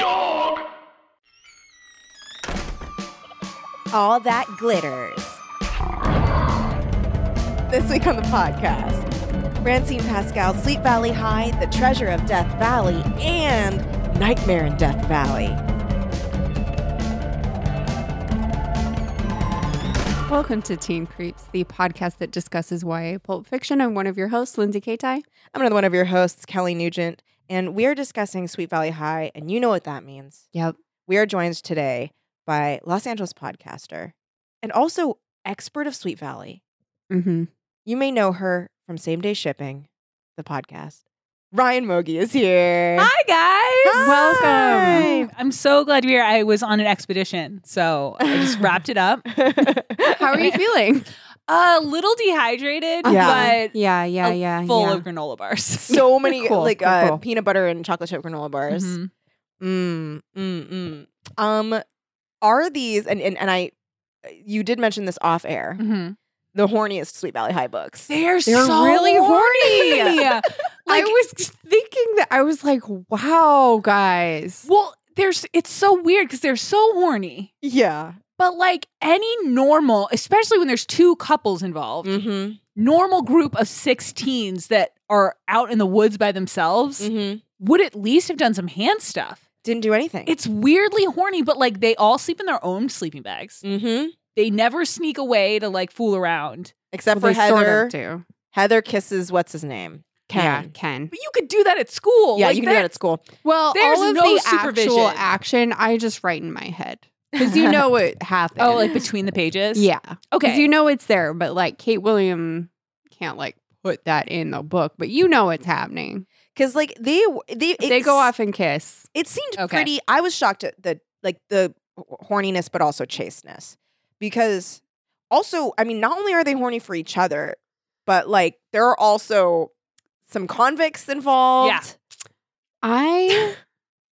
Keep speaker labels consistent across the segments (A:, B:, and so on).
A: Dog.
B: All that glitters. This week on the podcast, Francine Pascal, Sleep Valley High, The Treasure of Death Valley, and Nightmare in Death Valley.
C: Welcome to Teen Creeps, the podcast that discusses YA pulp fiction. I'm one of your hosts, Lindsay Kaitai.
B: I'm another one of your hosts, Kelly Nugent, and we are discussing Sweet Valley High, and you know what that means.
C: Yep.
B: We are joined today by Los Angeles podcaster and also expert of Sweet Valley.
C: Mm-hmm.
B: You may know her from Same Day Shipping, the podcast. Ryan Mogi is here.
D: Hi guys.
B: Hi.
D: Welcome. I'm so glad you're here. I was on an expedition, so I just wrapped it up.
C: How are you feeling?
D: A little dehydrated,
B: Yeah.
D: but
C: yeah, yeah,
D: a-
C: yeah.
D: full
C: yeah.
D: of granola bars.
B: So many
C: Cool,
B: like
C: cool,
B: uh,
C: cool. Mm-hmm.
B: peanut butter and chocolate chip granola bars.
D: Mhm.
B: Mm, mm, mm. Um, are these and, and and I, you did mention this off air.
C: Mm-hmm.
D: Mhm.
B: The horniest Sweet Valley High books.
D: They're,
C: They're
D: so
C: really horny.
D: Yeah.
C: I was thinking that I was like, wow, guys.
D: well, there's it's so weird because they're so horny.
B: Yeah.
D: But like any normal, especially when there's two couples involved,
B: Mm-hmm.
D: normal group of 16s that are out in the woods by themselves
B: Mm-hmm.
D: would at least have done some hand stuff.
B: Didn't do anything.
D: It's weirdly horny, but like they all sleep in their own sleeping bags.
B: mm-hmm.
D: They never sneak away to like fool around.
B: except
C: Well,
B: for
C: they
B: Heather.
C: sort of do.
B: Heather kisses what's his name.
C: Yeah,
B: Ken.
C: Ken.
D: But you could do that at school.
B: Yeah,
D: Like,
B: you can do that at school.
C: Well,
D: There's
C: all of
D: no
C: the actual
D: supervision.
C: action, I just write in my head because you know what happened.
D: Oh, like between the pages.
C: yeah, because
D: Okay.
C: you know it's there, but like Kate William can't like put that in the book, but you know it's happening.
B: Because like they they
C: they
B: it's-
C: go off and kiss.
B: It seemed
D: Okay.
B: pretty. I was shocked at the like the horniness, but also chasteness, because also I mean, not only are they horny for each other, but like there are also some convicts involved.
D: Yeah.
C: I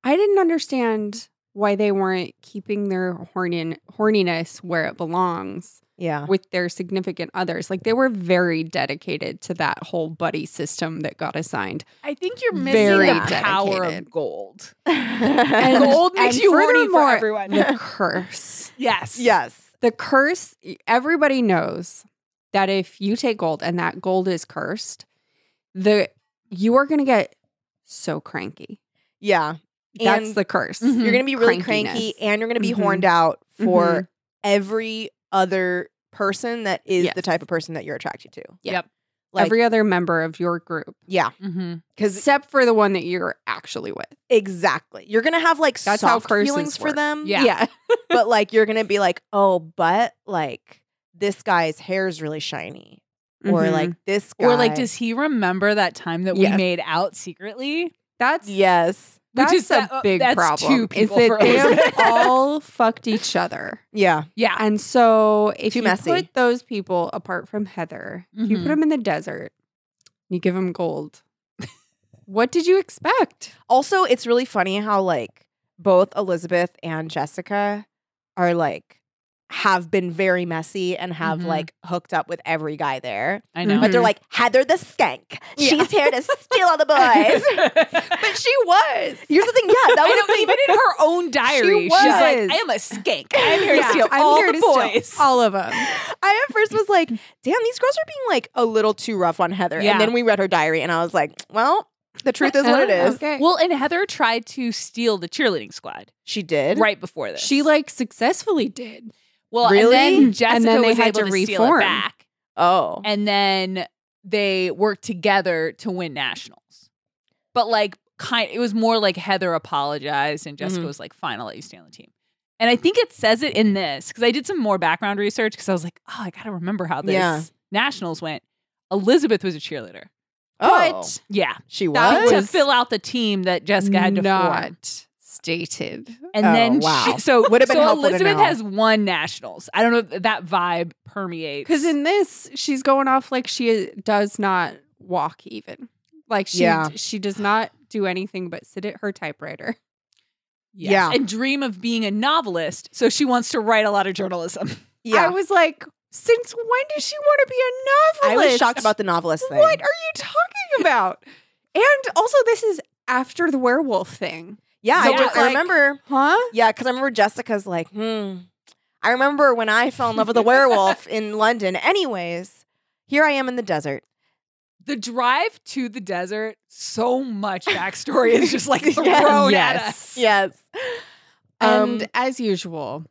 C: I didn't understand why they weren't keeping their hornin- horniness where it belongs
B: Yeah.
C: with their significant others. Like they were very dedicated to that whole buddy system that got assigned.
D: I think you're missing
C: Very
D: the power
C: dedicated.
D: of gold.
C: And-
D: gold makes
C: and
D: you horny for
C: furthermore,
D: everyone.
C: The curse.
D: yes.
B: yes.
C: The curse, e, everybody knows that if you take gold and that gold is cursed, the you are going to get so cranky.
B: Yeah.
C: That's
B: And Mm-hmm.
C: the curse.
D: Mhm.
B: You're gonna be really
C: Hmm. Crankiness.
B: cranky, and you're gonna be
C: Mhm.
B: horned out for
C: Mhm.
B: every other person that is
C: Yes.
B: the type of person that you're attracted to.
C: Yeah.
D: Yep.
B: Like,
C: Every other member of your group,
B: yeah,
D: Mm-hmm.
B: because
C: except for the one that you're actually with.
B: exactly, you're gonna have like
C: That's how
B: soft
C: curses
B: feelings for
C: work.
B: them.
D: Yeah.
B: but like you're gonna be like, oh, but like this guy's hair's really shiny, or
C: Mhm.
B: like this guy,
D: Mm-hmm. Or like, does he remember that time that
C: Yes.
D: we made out secretly?
C: that's
B: yes,
C: that's
D: is
C: a
D: that- uh,
C: big
D: that's
C: problem.
D: two
C: Is
D: people
C: that
D: for
C: they
D: us.
C: have all fucked each other.
B: yeah,
D: Yeah.
C: And so if
B: Too
C: you
B: messy.
C: put those people apart from Heather, you put
D: Mhm.
C: them in the desert, you give them gold. what did you expect?
B: Also, it's really funny how like both Elizabeth and Jessica are like have been very messy and have
D: Mhm.
B: like hooked up with every guy there.
D: I
C: know.
D: know.
B: But they're like Heather the skank.
C: Yeah.
B: She's here to steal all the boys.
D: but she was.
B: Here's the thing, yeah, that
D: I
B: was
D: know,
B: the thing.
D: even in her own diary,
C: was.
D: she's like, "I am a skank. I'm here
C: Yeah,
D: to steal
C: I'm
D: all
C: here
D: the
C: to steal
D: boys."
C: all of
D: Um,
C: them.
B: I at first was like, damn, these girls are being like a little too rough on Heather.
D: Yeah. Uh-huh.
B: And then we read her diary and I was like, well, The truth is what it is.
C: Uh, Okay.
D: Well, and Heather tried to steal the cheerleading squad
B: She did.
D: right before this.
C: she like successfully did.
D: well,
B: Really?
D: and then
C: And
D: Jessica
C: then they
D: was
C: had to
D: able to, steal
C: reform.
D: it back,
B: Oh.
D: and then they worked together to win nationals. But like, kind, it was more like Heather apologized, and Jessica
B: Mhm.
D: was like, "Fine, I'll let you stay on the team." And I think it says it in this because I did some more background research because I was like, "Oh, I gotta remember how this
B: Yeah.
D: nationals went." Elizabeth was a cheerleader.
B: Oh.
C: But
D: Yeah,
B: She
D: that
B: was.
D: to fill out the team that Jessica had to form.
C: not stated.
D: And
B: Oh,
D: then
B: wow.
D: she, so
B: Would've been
D: so
B: helpful to
D: Elizabeth
B: know.
D: has won nationals. I don't know if that vibe permeates
C: Because in this, she's going off like she uh, does not walk even. Like she
B: Yeah.
C: she does not do anything but sit at her typewriter.
D: Yes.
B: Yeah.
D: and dream of being a novelist. So she wants to write a lot of journalism.
C: I
B: yeah.
C: was like, since when does she want to be a
B: I
C: novelist?
B: was shocked about the novelist thing.
C: What are you talking about? and also, this is after the werewolf thing,
B: Yeah,
D: So
B: I, do-
D: it's
B: I
D: like-
B: remember.
C: huh?
B: Yeah, because I remember Jessica's like, hmm. I remember when I fell in love with a werewolf in London. Anyways, here I am in the desert.
D: The drive to the desert, so much backstory is just like thrown
B: Yes.
D: at us.
B: Yes.
C: And
B: Um,
C: as usual,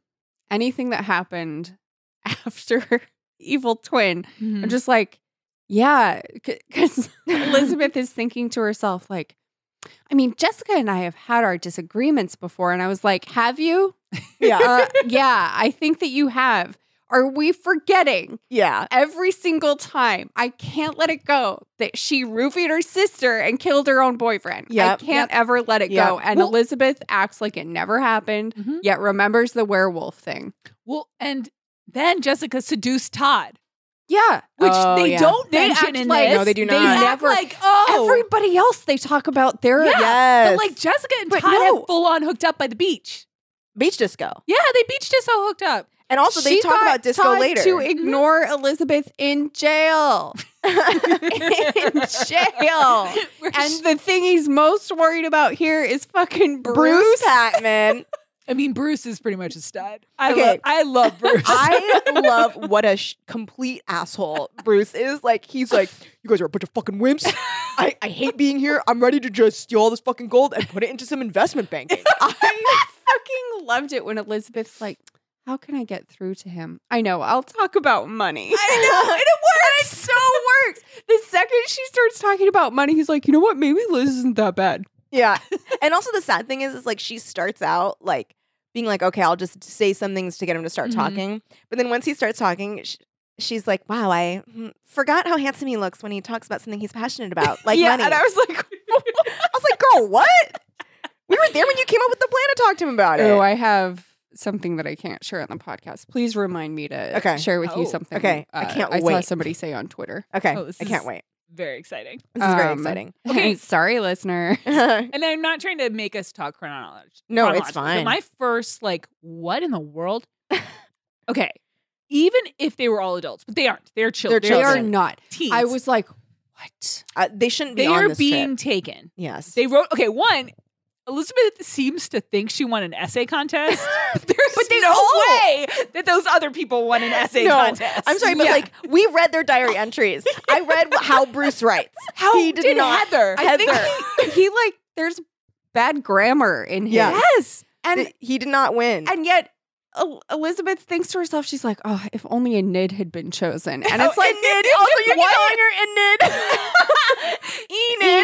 C: anything that happened after Evil Twin, I'm
D: Mm.
C: just like, yeah, because Elizabeth is thinking to herself, like, I mean, Jessica and I have had our disagreements before. And I was like, have you?
B: yeah.
C: Uh, yeah, I think that you have. Are we forgetting
B: Yeah.
C: every single time? I can't let it go that she roofied her sister and killed her own boyfriend.
B: Yep.
C: I can't ever let it go.
B: Yep.
C: And
D: Well-
C: Elizabeth acts like it never happened,
D: Mhm.
C: yet remembers the werewolf thing.
D: Well, and then Jessica seduced Todd,
C: Yeah.
D: which
B: Oh,
D: they
B: yeah.
D: don't
C: They
D: mention
C: act
D: in
C: like-
D: this.
B: No, they do not.
D: They act
C: Never.
D: like, oh,
C: Everybody else they talk about their
D: Yeah.
B: Yes.
D: but like Jessica and
B: But
D: Todd
B: no.
D: have full on hooked up by the beach.
B: beach disco.
D: Yeah, they beach just so hooked up.
B: And also, they
C: She
B: talk
C: got
B: about disco
C: Todd
B: later.
C: To ignore Elizabeth in jail. in jail. And the thing he's most worried about here is fucking Bruce.
B: Bruce Patman.
D: I mean, Bruce is pretty much a stud. I
B: Okay.
D: love, I love Bruce.
B: I love what a sh- complete asshole Bruce is. Like, he's like, you guys are a bunch of fucking wimps. I, I hate being here. I'm ready to just steal all this fucking gold and put it into some investment banking.
C: I fucking loved it when Elizabeth's like, how can I get through to him? I know, I'll talk about money. I know, and it works. it so works. The second she starts talking about money, he's like, you know what? Maybe Liz isn't that bad.
B: Yeah. And also the sad thing is is like she starts out like being like, okay, I'll just say some things to get him to start
D: Mhm.
B: talking. But then once he starts talking, sh she's like, wow, I mm, forgot how handsome he looks when he talks about something he's passionate about, like
C: yeah,
B: money.
C: And I was like,
B: I was like, girl, what? we were there when you came up with the plan to talk to him about it.
C: oh, I have something that I can't share on the podcast. Please remind me to
B: Okay.
C: share with
D: Oh,
C: you something. uh,
B: okay. I can't
C: I saw
B: wait.
C: somebody say on Twitter.
B: okay,
D: Oh, this
B: I can't
D: is-
B: wait.
D: Very exciting.
B: This is very
C: Um,
B: exciting.
D: Okay.
C: Sorry, listener.
D: And I'm not trying to make us talk chronology.
B: No, it's
D: chronologically,
B: fine.
D: but My first, like, what in the world? okay. Even if they were all adults, but they aren't. They're children.
B: They're
C: They are
B: children.
C: not.
D: teens.
C: I was like, what?
B: Uh, they shouldn't be
D: They
B: on
D: are
B: this
D: being
B: trip.
D: taken.
B: Yes.
D: They wrote. Okay, one. Elizabeth seems to think she won an essay contest. but there's no way that those other people won an essay
B: No,
D: contest.
B: I'm sorry, but
D: Yeah.
B: like we read their diary entries. I read how Bruce writes.
D: how
B: he did not-
D: Heather?
B: I think
C: he, he like there's bad grammar in his.
B: Yeah.
D: yes.
C: And
B: Th- he did not win.
C: and yet El- Elizabeth thinks to herself, she's like, oh, if only a nid had been chosen. And it's like,
B: Enid. Also, you can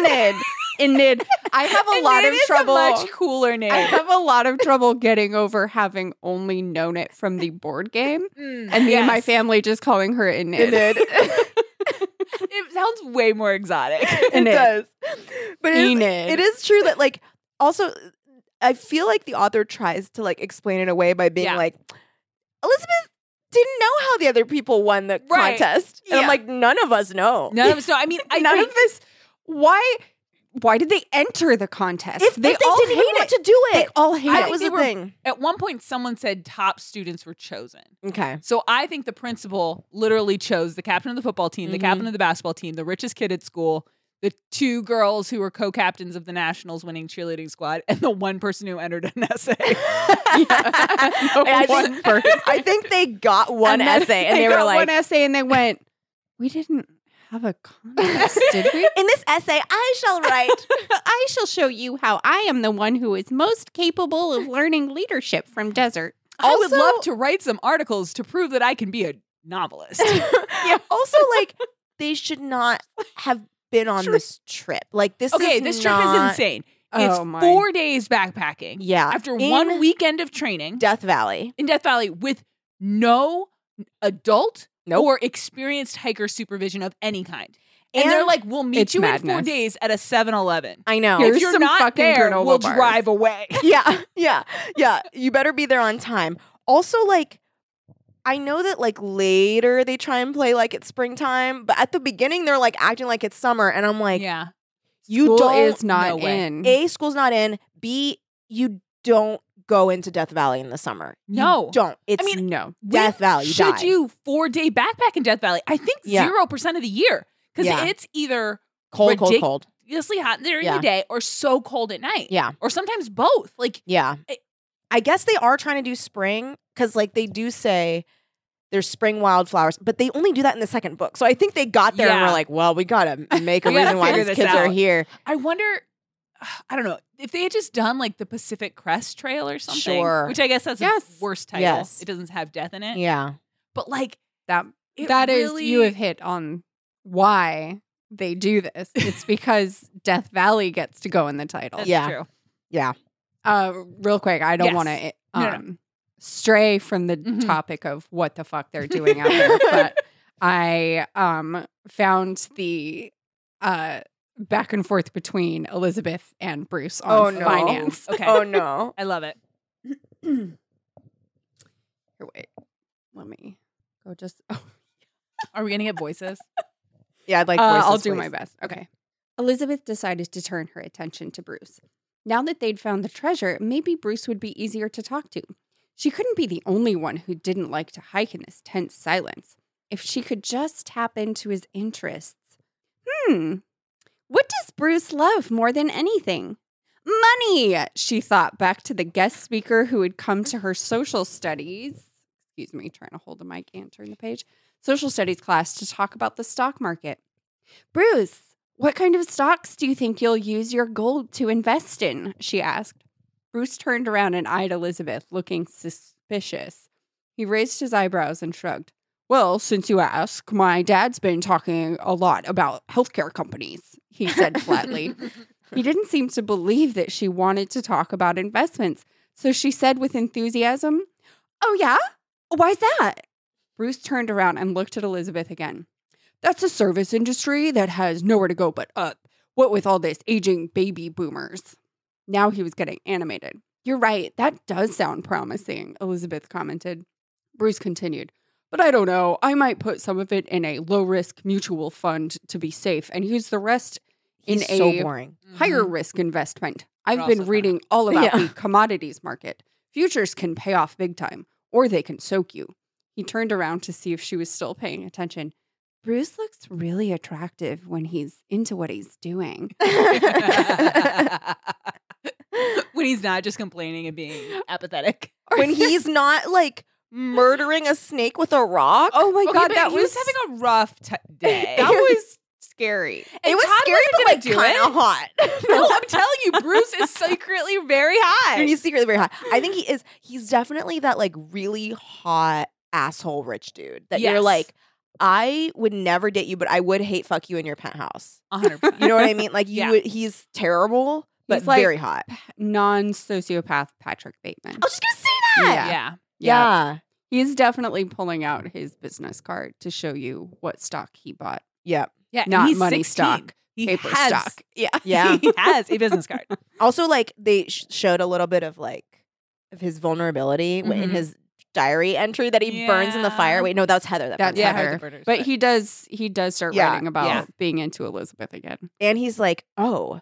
B: call her Enid. Enid.
C: Enid. I have a lot
D: Enid
C: of
D: is
C: trouble.
D: A much cooler name.
C: I have a lot of trouble getting over having only known it from the board game.
D: Mm,
C: And me and my
D: yes.
C: family just calling her Enid.
D: It sounds way more exotic.
B: It does. But it is,
C: Enid.
B: it is true that, like, also, I feel like the author tries to, like, explain it away by being
D: Yeah.
B: like, Elizabeth didn't know how the other people won the
D: Right.
B: contest. And I'm
D: Yeah.
B: like, none of us know.
D: None of us know. I mean, I
C: None
D: think
C: of this. Why? Why did they enter the contest?
B: If they, if they
C: all
B: didn't
C: hate
B: even want
C: it.
B: to do
C: They
B: it,
C: all hate
D: I
B: that
C: it.
D: think
B: was
D: they
B: the
D: were-
B: thing.
D: at one point someone said top students were chosen.
B: Okay.
D: So I think the principal literally chose the captain of the football team, the
B: Mhm.
D: captain of the basketball team, the richest kid at school, the two girls who were co-captains of the Nationals winning cheerleading squad, and the one person who entered an essay.
B: I, think, I think they got
C: And
B: one
C: then
B: essay and they, were
C: got
B: like,
C: one essay and they went, we didn't have a contest, did we?
B: In this essay, I shall write.
C: I shall show you how I am the one who is most capable of learning leadership from desert.
D: I would
B: Also-
D: love to write some articles to prove that I can be a novelist.
B: yeah. Also, like they should not have been on this trip. Like this.
D: okay,
B: is
D: this trip is
B: not-
D: insane.
C: Oh, my.
D: it's four days backpacking
B: Yeah.
D: after
B: In
D: one weekend of training
B: Death Valley.
D: in Death Valley with no adult
B: Nope.
D: or experienced hiker supervision of any kind. And, they're
B: And
D: like, we'll meet
C: It's
D: you in four
C: madness.
D: days at a 7 Eleven.
B: I know.
C: Here's
D: If you're
C: some
D: not
C: fucking
D: there,
C: granola
D: we'll
C: bars.
D: drive away.
B: yeah, yeah, yeah. You better be there on time. Also, like, I know that like later they try and play like it's springtime, but at the beginning they're like acting like it's summer, and I'm like,
D: yeah. Mm.
B: you
C: School
B: don't.
C: is
D: no
C: not
D: way.
C: in.
B: A school's not in. B you don't go into Death Valley in the summer. You
D: No.
B: don't. It's
D: mean,
C: no.
B: Death Valley. You
D: Should
B: die.
D: you four day backpack in Death Valley? I think
B: Yeah.
D: 0% of the year because
B: Yeah.
D: it's either
B: cold, cold,
D: ridic-
B: cold?
D: ridiculously hot during
B: Yeah.
D: the day or so cold at night.
B: Yeah.
D: Or sometimes both. Like,
B: Yeah.
D: I-
B: I guess they are trying to do spring because, like, they do say there's spring wildflowers, but they only do that in the second book. So I think they got there and
D: Yeah.
B: were like, well, we got to make a
D: We gotta
B: reason why
D: figure
B: these
D: this
B: kids are
D: out.
B: here.
D: I wonder, I don't know, if they had just done like the Pacific Crest Trail or something.
B: Sure.
D: Which I guess that's the
C: Yes.
D: worst title.
B: Yes.
D: It doesn't have death in it.
B: Yeah.
D: But like,
C: That
D: it
C: that is you
D: really-
C: have hit on why they do this. It's because Death Valley gets to go in the title.
D: That's
B: Yeah.
D: true.
C: Uh, real quick, I don't
D: Yes.
C: want to um,
D: No, no.
C: stray from the
D: Mhm.
C: topic of what the fuck they're doing out there, but I um found the uh back and forth between Elizabeth and Bruce on
B: Oh, no.
C: finance.
D: Okay.
B: no.
D: I love it.
C: Here, wait, let me go. Just oh,
D: Are we going to get voices?
B: Yeah, I'd like
C: Uh,
B: voices,
C: I'll do my
B: please.
C: best. Okay. Elizabeth decided to turn her attention to Bruce. Now that they'd found the treasure, maybe Bruce would be easier to talk to. She couldn't be the only one who didn't like to hike in this tense silence. If she could just tap into his interests. Hmm. What does Bruce love more than anything? Money, she thought back to the guest speaker who had come to her social studies. Excuse me, trying to hold the mic and turn the page social studies class to talk about the stock market. Bruce, what kind of stocks do you think you'll use your gold to invest in? She asked. Bruce turned around and eyed Elizabeth, looking suspicious. He raised his eyebrows and shrugged. Well, since you ask, my dad's been talking a lot about healthcare companies, he said flatly. he didn't seem to believe that she wanted to talk about investments, so she said with enthusiasm, Oh, yeah? Why's that? Bruce turned around and looked at Elizabeth again. That's a service industry that has nowhere to go but up. What with all this aging baby boomers? Now he was getting animated. You're right. That does sound promising, Elizabeth commented. Bruce continued, But I don't know. I might put some of it in a low risk mutual fund to be safe and use the rest in
B: He's
C: a
B: so boring.
C: higher risk investment. I've
D: Mm-hmm. We're
C: been
D: also
C: reading all about
B: Yeah.
C: the commodities market. Futures can pay off big time, or they can soak you. He turned around to see if she was still paying attention. Bruce looks really attractive when he's into what he's doing.
D: Mm-hmm. when he's not just complaining and being apathetic.
B: when he's not like murdering a snake with a rock.
C: Oh my god,
D: but
C: that
D: he
C: was,
D: was, having a rough t- day.
C: that was scary.
B: it
D: and
B: was
D: Todd
B: scary,
D: wasn't
B: but
D: gonna
B: like
D: do
B: kind of
D: it.
B: hot.
D: no, I'm telling you, Bruce is secretly very high.
B: And he's secretly very hot. I think he is. He's definitely that like really hot asshole rich dude that you're
D: Yes.
B: like, I would never date you, but I would hate fuck you in your penthouse.
D: 100%.
B: You know what I mean? Like you,
D: Yeah.
B: would, he's terrible, but
C: He's like-
B: very hot. I
C: Non sociopath Patrick Bateman.
B: was just gonna say that.
C: Yeah.
D: Oh, yeah.
B: Yeah.
C: He's definitely pulling out his business card to show you what stock he bought.
B: Yeah.
D: Yeah. and
C: Not
D: he's
C: money
D: 16.
C: stock,
D: He
C: paper
D: has-
C: stock. Yeah.
B: Yeah.
D: He has a business card.
B: also, like they sh- showed a little bit of like of his vulnerability w in
D: Mhm.
B: his diary entry that he burns in the
D: Yeah.
B: fire. Wait, no, that was Heather. That
C: That's
B: burns in the
C: yeah,
B: fire.
C: Heather. But he does he does start
B: Yeah.
C: writing about
D: Yeah.
C: being into Elizabeth again.
B: and he's like, "Oh,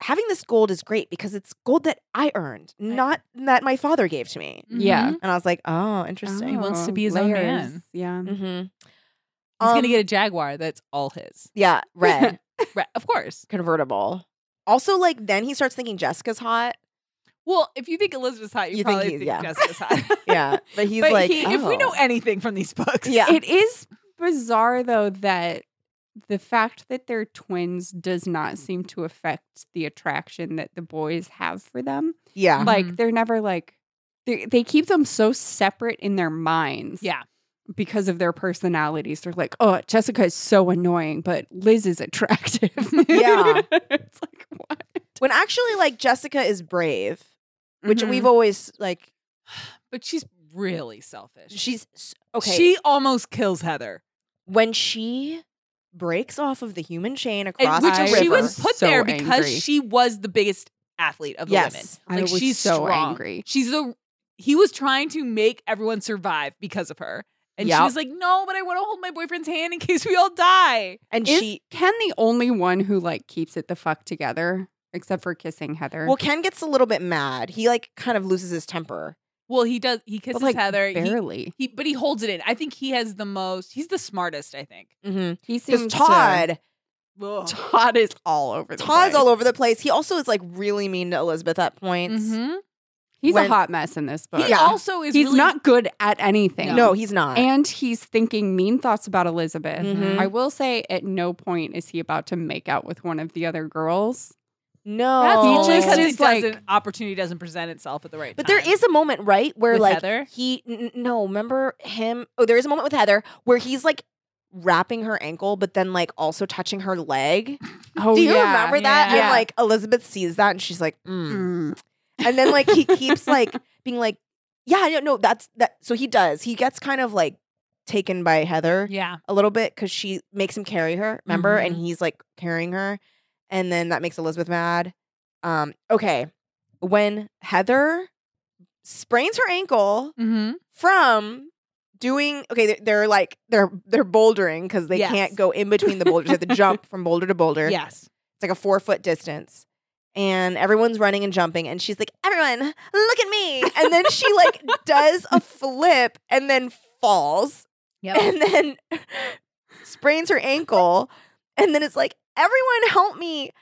B: having this gold is great because it's gold that I earned, not that my father gave to me."
C: Yeah.
B: And I was like, "Oh, interesting."
D: Mm-hmm. Oh, wants to be his own man.
C: Yeah.
B: Mm-hmm. He's
D: he's
B: Um,
D: gonna get a Jaguar that's all his.
B: yeah, red
D: Right, of course.
B: convertible. Also, like then he starts thinking Jessica's hot.
D: Well, if you think Elizabeth's hot, you,
B: You think
D: probably
B: he's-
D: think,
B: yeah.
D: Jessica's hot.
B: Yeah, but he's
D: but
B: like,
D: he- if we know
B: "Oh."
D: anything from these books,
B: Yeah.
C: It is bizarre though that the fact that they're twins does
D: Mm.
C: not seem to affect the attraction that the boys have for them.
B: Yeah.
C: Like
D: Mhm.
C: they're never like they they keep them so separate in their minds.
D: Yeah.
C: Because of their personalities. They're like, oh, Jessica is so annoying, but Liz is attractive.
B: Yeah.
C: it's like what?
B: When actually, like Jessica is brave, which
D: Mm-hmm.
C: Mhm.
B: we've always like.
D: But she's really selfish.
B: She's s- okay.
D: She almost kills Heather.
B: when she breaks off of the human chain
D: And
B: across
D: which
B: the river,
C: I
D: she was
C: was
D: put
C: so
D: there because
C: angry.
D: she was the biggest athlete of the
B: Yes.
C: I
D: women. Like
C: was
D: she's
C: so
D: strong.
C: angry.
D: She's the he was trying to make everyone survive because of her. And
B: Yep.
D: she was like, No, but I want to hold my boyfriend's hand in case we all die.
B: and
C: Is
B: she
C: Ken the only one who like keeps it the fuck together, except for kissing Heather.
B: well, Ken gets a little bit mad. He like kind of loses his temper.
D: Well, he does he kisses
C: but, like
D: Heather. He,
C: barely.
D: he but he holds it in. I think he has the most he's the smartest, I think.
B: Because
C: He seems to-
B: Todd,
D: Ugh.
C: Todd is all over. The
B: Todd's
C: place.
B: all over the place. He also is like really mean to Elizabeth at points.
C: Mm-hmm.
D: Mhm.
C: He's a
B: when-
C: hot mess in this book.
D: He
B: Yeah.
D: also is
C: he's
D: really-
C: not good at anything.
B: No, he's not.
C: and he's thinking mean thoughts about Elizabeth.
D: Mm-hmm.
B: Mhm.
C: I will say, at no point is he about to make out with one of the other girls.
B: no,
D: That's
C: He
D: only
C: just
D: because
C: is
D: it
C: like-
D: doesn't opportunity doesn't present itself at the right
B: But
D: time.
B: there is a moment, right, where
D: With
B: like
D: Heather?
B: he n- n- no, remember him? Oh, there is a moment with Heather where he's like wrapping her ankle, but then like also touching her leg.
C: Oh,
B: Do you
C: yeah.
B: remember that?
D: yeah.
B: And like Elizabeth sees that and she's like, mm.
C: Mm.
B: and then like he keeps like being like, yeah, I don't know. That's that. So he does. He gets kind of like taken by Heather
D: Yeah. Mm-hmm.
B: a little bit because she makes him carry her. Remember? And he's like carrying her, and then that makes Elizabeth mad. Um. Okay. When Heather sprains her ankle
D: Mm-hmm.
B: from doing okay they're, they're like they're they're bouldering because they
D: Yes.
B: can't go in between the boulders they have to jump from boulder to boulder
D: Yes.
B: it's like a four foot distance and everyone's running and jumping and she's like everyone look at me and then she like does a flip and then falls and then sprains her ankle and then it's like everyone help me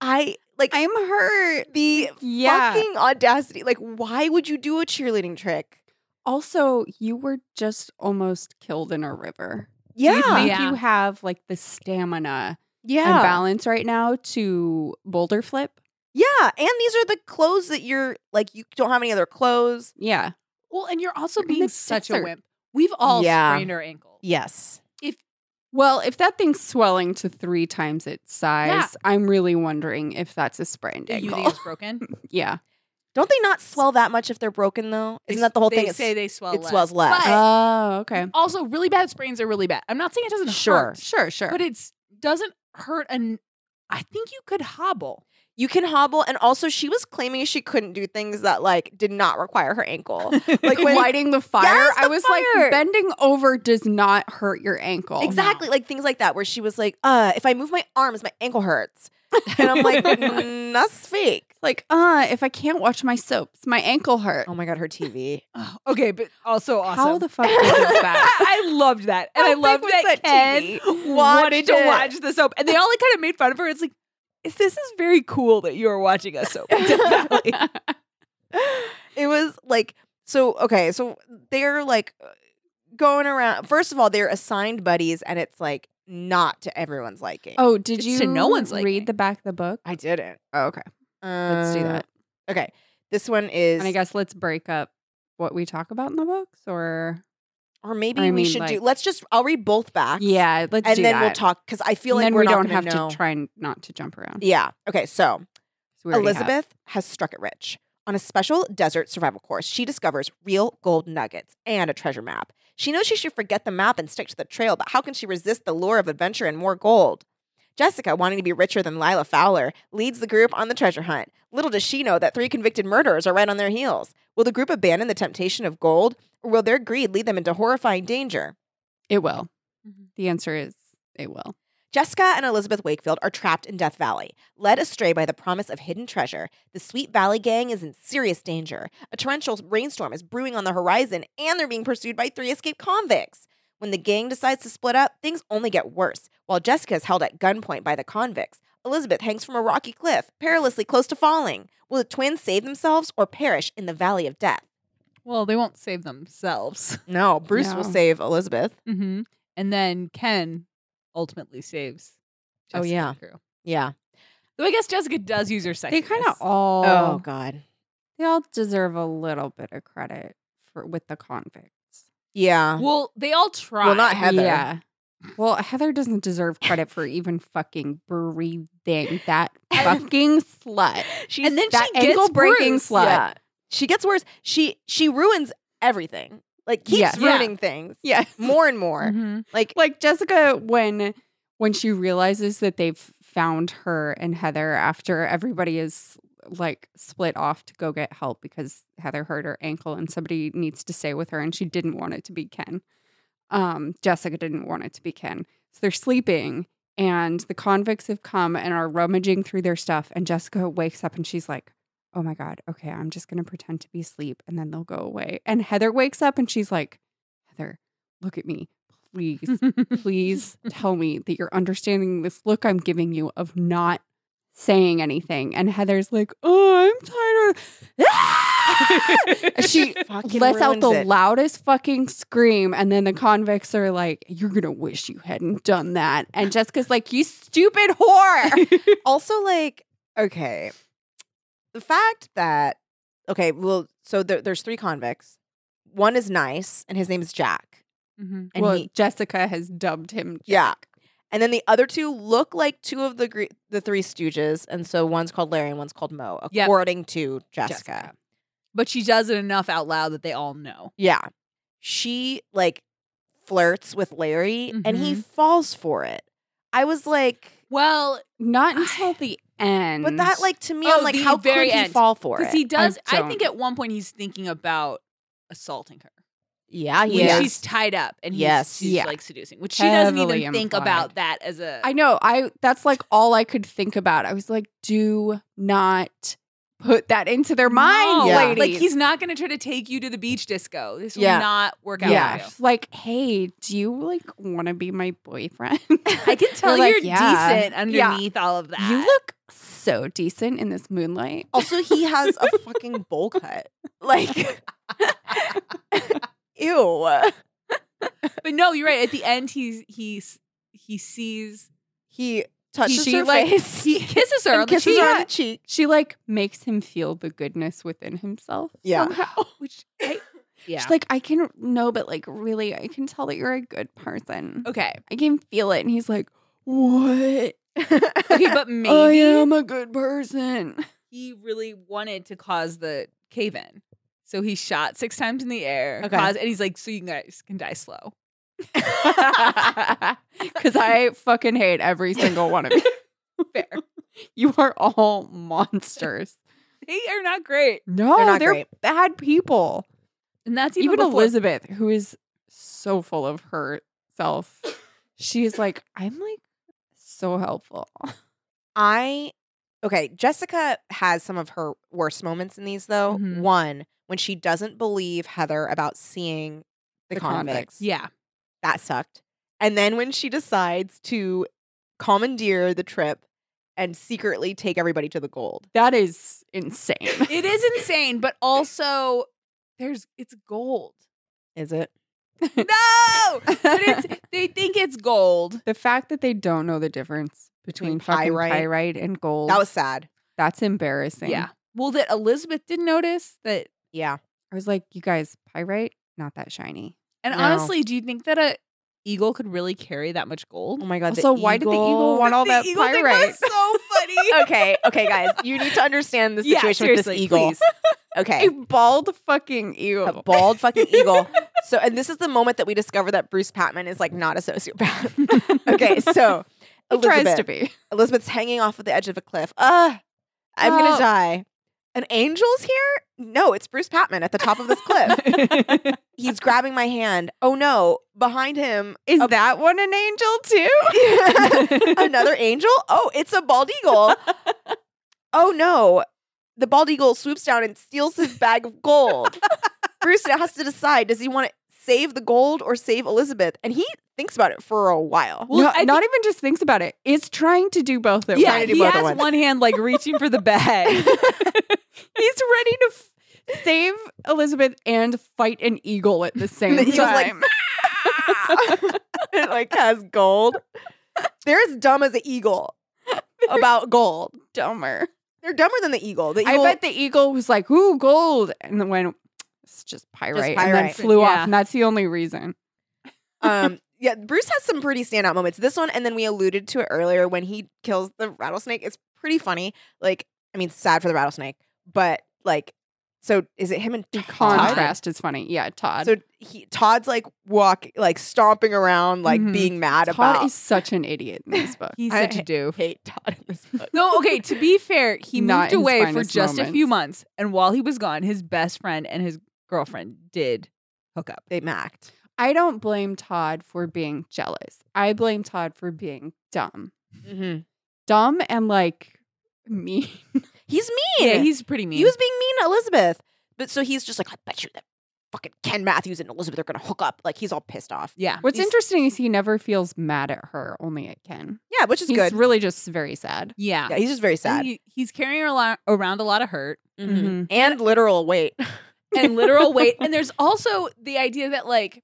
B: i like
C: I'm hurt.
B: the
C: Yeah.
B: fucking audacity like why would you do a cheerleading trick
C: also, you were just almost killed in a river. Do
B: yeah
C: you think
D: Yeah.
C: you have like the stamina
B: Yeah.
C: and balance right now to boulder flip?
B: yeah. And these are the clothes that you're like, you don't have any other clothes.
C: Yeah.
D: Well, and you're also
C: You're in
D: being
C: the
D: such a
C: desert.
D: wimp. We've all
B: Yeah.
D: sprained our ankle.
B: Yes.
C: Well, if that thing's swelling to three times its size,
D: Yeah.
C: I'm really wondering if that's a sprained
D: Do you
C: ankle.
D: think it's broken?
C: yeah.
B: Don't they not swell that much if they're broken though? Isn't that the whole
D: they
B: thing?
D: They
B: It's-
D: say they swell.
B: it
D: less.
B: swells less.
D: But
C: Oh, okay.
D: also, really bad sprains are really bad. I'm not saying it doesn't
B: Sure.
D: hurt,
C: Sure, sure.
D: but it's doesn't hurt. And I think you could hobble.
B: you can hobble. And also, she was claiming she couldn't do things that like did not require her ankle. like when.
C: lighting the fire.
B: Yes, the
C: I was
B: fire!
C: like, bending over does not hurt your ankle.
B: Exactly, like things like that, where she was like, "Uh, if I move my arms, my ankle hurts," and I'm like, mm, "That's fake."
C: Like, uh, if I can't watch my soaps, my ankle hurt.
B: Oh my god, her TV.
D: Okay, but also awesome.
C: How the fuck is that?
D: I loved that, and
B: How
D: I loved
B: big was that
D: that, Ken
B: TV?
D: wanted to
B: Watched it.
D: watch the soap, and they all like, kind of made fun of her. It's like. "Is- This is very cool that you are watching a soap. Valley."
B: it was like so okay so they're like going around first of all they're assigned buddies and it's like not to everyone's liking
C: Oh, did
D: It's
C: you
D: to no one's
C: read
D: liking.
C: the back of the book?
B: i didn't
C: Oh, okay. Let's do
B: Uh,
C: that.
B: okay this one is
C: And I guess let's break up what we talk about in the books or
B: or maybe
C: I
B: we
C: mean,
B: should do
C: like-
B: let's just i'll read both back
C: Yeah, let's
B: and
C: do
B: then
C: that.
B: we'll talk because i feel
C: And
B: like
C: then
B: we're
C: we
B: not
C: don't
B: gonna
C: have
B: know.
C: to try and not to jump around.
B: yeah okay so
C: So we already have-
B: Elizabeth has struck it rich. On a special desert survival course, she discovers real gold nuggets and a treasure map. She knows she should forget the map and stick to the trail, but how can she resist the lure of adventure and more gold? Jessica, wanting to be richer than Lila Fowler, leads the group on the treasure hunt. Little does she know that three convicted murderers are right on their heels. Will the group abandon the temptation of gold, or will their greed lead them into horrifying danger?
C: It will. The answer is it will.
B: Jessica and Elizabeth Wakefield are trapped in Death Valley. Led astray by the promise of hidden treasure, the Sweet Valley gang is in serious danger. A torrential rainstorm is brewing on the horizon, and they're being pursued by three escaped convicts. When the gang decides to split up, things only get worse. While Jessica is held at gunpoint by the convicts, Elizabeth hangs from a rocky cliff, perilously close to falling. Will the twins save themselves or perish in the Valley of Death?
D: well, they won't save themselves.
B: No,
C: Bruce will No.
B: save Elizabeth.
D: Mm-hmm. And then Ken ultimately saves.
B: Oh,
D: Jessica
B: yeah.
D: Drew.
B: Yeah.
D: Though I guess Jessica does use her sex.
C: They kind of all
B: Oh, God.
C: they all deserve a little bit of credit for with the convicts.
B: Yeah.
D: Well, they all try.
B: Well, not Heather.
C: Yeah. Well, Heather doesn't deserve credit for even fucking breathing that fucking slut.
B: She's
D: And then
C: that
D: she gets
C: ankle-breaking
D: bruised.
C: slut.
B: Yeah. She gets worse. She she ruins everything. Like keeps
C: Yes.
D: Yeah.
B: ruining things
C: Yeah.
B: more and more.
D: Mhm.
B: Like
C: Like Jessica when when she realizes that they've found her and Heather after everybody is like split off to go get help because Heather hurt her ankle and somebody needs to stay with her and she didn't want it to be Ken. Um Jessica didn't want it to be Ken. So they're sleeping and the convicts have come and are rummaging through their stuff and Jessica wakes up and she's like, "Oh my god, okay, I'm just going to pretend to be asleep and then they'll go away." And Heather wakes up and she's like, "Heather, look at me. Please, please tell me that you're understanding this look I'm giving you of not saying anything." And Heather's like, "Oh, I'm tired." of-" she
B: fucking
C: lets out
B: ruins
C: the
B: it.
C: loudest fucking scream and then the convicts are like you're gonna wish you hadn't done that and jessica's like you stupid whore
B: also like okay the fact that okay well so there, there's three convicts one is nice and his name is jack
D: Mhm.
B: and
C: well
B: he
C: jessica has dubbed him
B: yeah and then the other two look like two of the gre- the three stooges and so one's called larry and one's called mo
D: Yep.
B: according to jessica.
D: Jessica. But she does it enough out loud that they all know.
B: yeah she like flirts with larry and he
D: Mm-hmm.
B: falls for it i was like
D: Well,
C: not until the end
B: but that like to me
D: Oh,
B: i'm like
D: the
B: how could
D: very
B: he
D: end.
B: fall for it
D: because he does. I, think
C: don't.
D: at one point he's thinking about assaulting her.
B: yeah
D: When
B: yeah
D: she's tied up and he's,
B: Yes.
D: she's
C: Yeah.
D: like seducing, which she doesn't even
C: Heavily
D: think
C: implied.
D: about that as a.
C: i know i that's like all i could think about i was like do not put that into their minds
D: No.
B: Yeah.
C: ladies.
D: Like he's not going to try to take you to the beach disco. This will
B: Yeah.
D: not work out.
C: yeah
D: for you.
C: She's like hey do you like want to be my boyfriend
D: I can tell
C: like,
D: you're
C: yeah.
D: decent underneath all of that.
C: you look so decent in this moonlight
D: Oh.
B: Also, he has a fucking bowl cut. Like, ew.
D: but no, you're right. At the end, he's he's he sees
B: He touches
C: She,
B: her
C: like,
B: face
D: he kisses her on
B: and
D: the
B: kisses
D: cheek,
B: her on the cheek.
C: she like makes him feel the goodness within himself
B: Yeah.
C: somehow. Which I,
D: Yeah.
C: She's like, I can no, but like really, I can tell that you're a good person.
D: okay,
C: I can feel it. And he's like, What?
D: okay,
C: I
D: but maybe
C: am a good person.
D: he really wanted to cause the cave in. So he shot six times in the air,
B: Okay.
D: caused- and he's like, "So you guys can die slow."
C: Cause I fucking hate every single one of you.
D: Fair.
C: You are all monsters.
D: they are not great,
C: No,
B: They're
C: they're,
B: not great.
C: bad people.
D: and that's even,
C: even
D: before-
C: Elizabeth, who is so full of herself, she's like, I'm like so helpful.
B: I, okay, Jessica has some of her worst moments in these, though.
D: Mhm.
B: One, when she doesn't believe Heather about seeing the,
C: The convicts.
B: convicts.
D: Yeah,
B: That sucked. And then when she decides to commandeer the trip and secretly take everybody to the gold.
C: That is insane.
D: it is insane, but also there's it's gold.
B: Is it?
D: No, but it's they think it's gold.
C: the fact that they don't know the difference between,
B: Between
C: fucking
B: pyrite-
C: pyrite. and gold.
B: That was sad.
C: that's embarrassing.
D: Yeah. Well, that Elizabeth did notice that
B: Yeah.
C: I was like, you guys, pyrite not that shiny.
D: And
B: No.
D: honestly, do you think that a eagle could really carry that much gold?
B: Oh my god.
C: Also, why did the eagle want all
D: The
C: that
D: eagle thing
C: pyrite?
D: was so funny.
B: okay, okay, guys, you need to understand the
D: Yeah,
B: situation with this
D: seriously,
B: eagle.
D: please.
B: Okay,
C: A bald fucking eagle.
B: a bald fucking eagle. So, and this is the moment that we discover that Bruce Patman is like not a sociopath. okay, so
C: He
B: Elizabeth,
C: tries to be.
B: Elizabeth's hanging off of the edge of a cliff. Ah, I'm gonna
C: Oh.
B: die. An angel's here? No, it's Bruce Patman at the top of this cliff. He's grabbing my hand. Oh no! Behind him,
C: Is that one an angel too?
B: Another angel? Oh, it's a bald eagle. Oh no. The bald eagle swoops down and steals his bag of gold. Bruce now has to decide does he want to save the gold or save Elizabeth? And he thinks about it for a while.
D: Well,
C: no,
D: I
C: not even just thinks about it. It's trying to do both at
D: yeah,
C: once.
B: do
D: he
B: both at
D: has
B: once.
D: one hand like reaching for the bag.
C: He's ready to f- save Elizabeth and fight an eagle at the same
B: The eagle's like,
C: time.
B: it like has gold. They're as dumb as the eagle about gold.
C: Dumber.
B: They're dumber than the eagle. The
C: I
B: eagle
C: bet the eagle was like, ooh, gold. And then went, it's just pyrite. And then
B: pyrite.
C: flew off.
D: Yeah.
C: And that's the only reason.
B: um yeah, Bruce has some pretty standout moments. This one, and then we alluded to it earlier when he kills the rattlesnake. It's pretty funny. Like, I mean, sad for the rattlesnake, but like, so is it him and Todd?
C: Contrast is funny. Yeah, Todd.
B: So he Todd's like walk, like stomping around, like
C: Mhm.
B: being mad
C: Todd
B: about.
C: is such an idiot in this book.
D: He's
B: I
D: such a do.
B: hate Todd in this book.
D: No, okay, to be fair, he
C: Not
D: moved
C: his
D: away for
C: finest
D: just a few
C: moments.
D: months. And while he was gone, his best friend and his girlfriend did hook up.
B: They macked.
C: I don't blame Todd for being jealous. I blame Todd for being dumb.
B: Mm-hmm.
C: Dumb and like mean.
B: He's mean.
D: Yeah, he's pretty mean.
B: He was being mean to Elizabeth. But so he's just like, I bet you that fucking Ken Matthews and Elizabeth are gonna hook up. Like he's all pissed off.
D: yeah.
C: What's
D: he's-
C: interesting is he never feels mad at her, only at Ken.
B: Yeah, which is
C: He's
B: good.
C: really just very sad.
D: Yeah.
B: yeah, he's just very
D: And
B: sad. Mm-hmm.
D: He, he's carrying a lot, around a lot of hurt
C: Mhm.
B: And literal weight.
D: and literal weight. And there's also the idea that, like,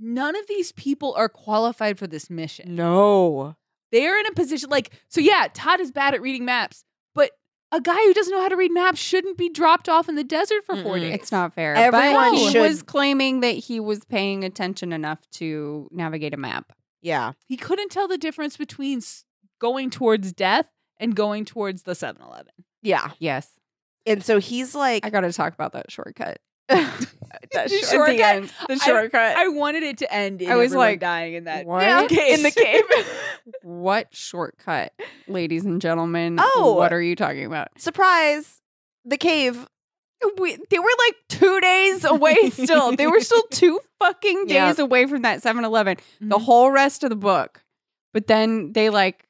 D: none of these people are qualified for this mission.
B: No.
D: They're in a position, like, so yeah, Todd is bad at reading maps, but a guy who doesn't know how to read maps shouldn't be dropped off in the desert for four
B: Mm-mm.
D: days.
C: It's not fair.
B: Everyone
C: but he
B: should-
C: was claiming that he was paying attention enough to navigate a map.
B: Yeah.
D: He couldn't tell the difference between s- going towards death and going towards the 7 Eleven.
B: Yeah.
C: Yes.
B: And so he's like
C: I got to talk about that shortcut.
B: That
C: That
B: short-
C: short- at
D: shortcut?
C: end, the
D: I-
C: shortcut.
D: I wanted it to end in
C: I was
D: everyone
C: like,
D: dying in that
C: what?
B: in the cave.
C: what shortcut, ladies and gentlemen?
B: Oh.
C: what are you talking about?
B: Surprise. The cave.
C: We, they were like two days away still. they were still two fucking days
B: Yeah.
C: away from that 7 11 the
D: Mhm.
C: whole rest of the book. But then they like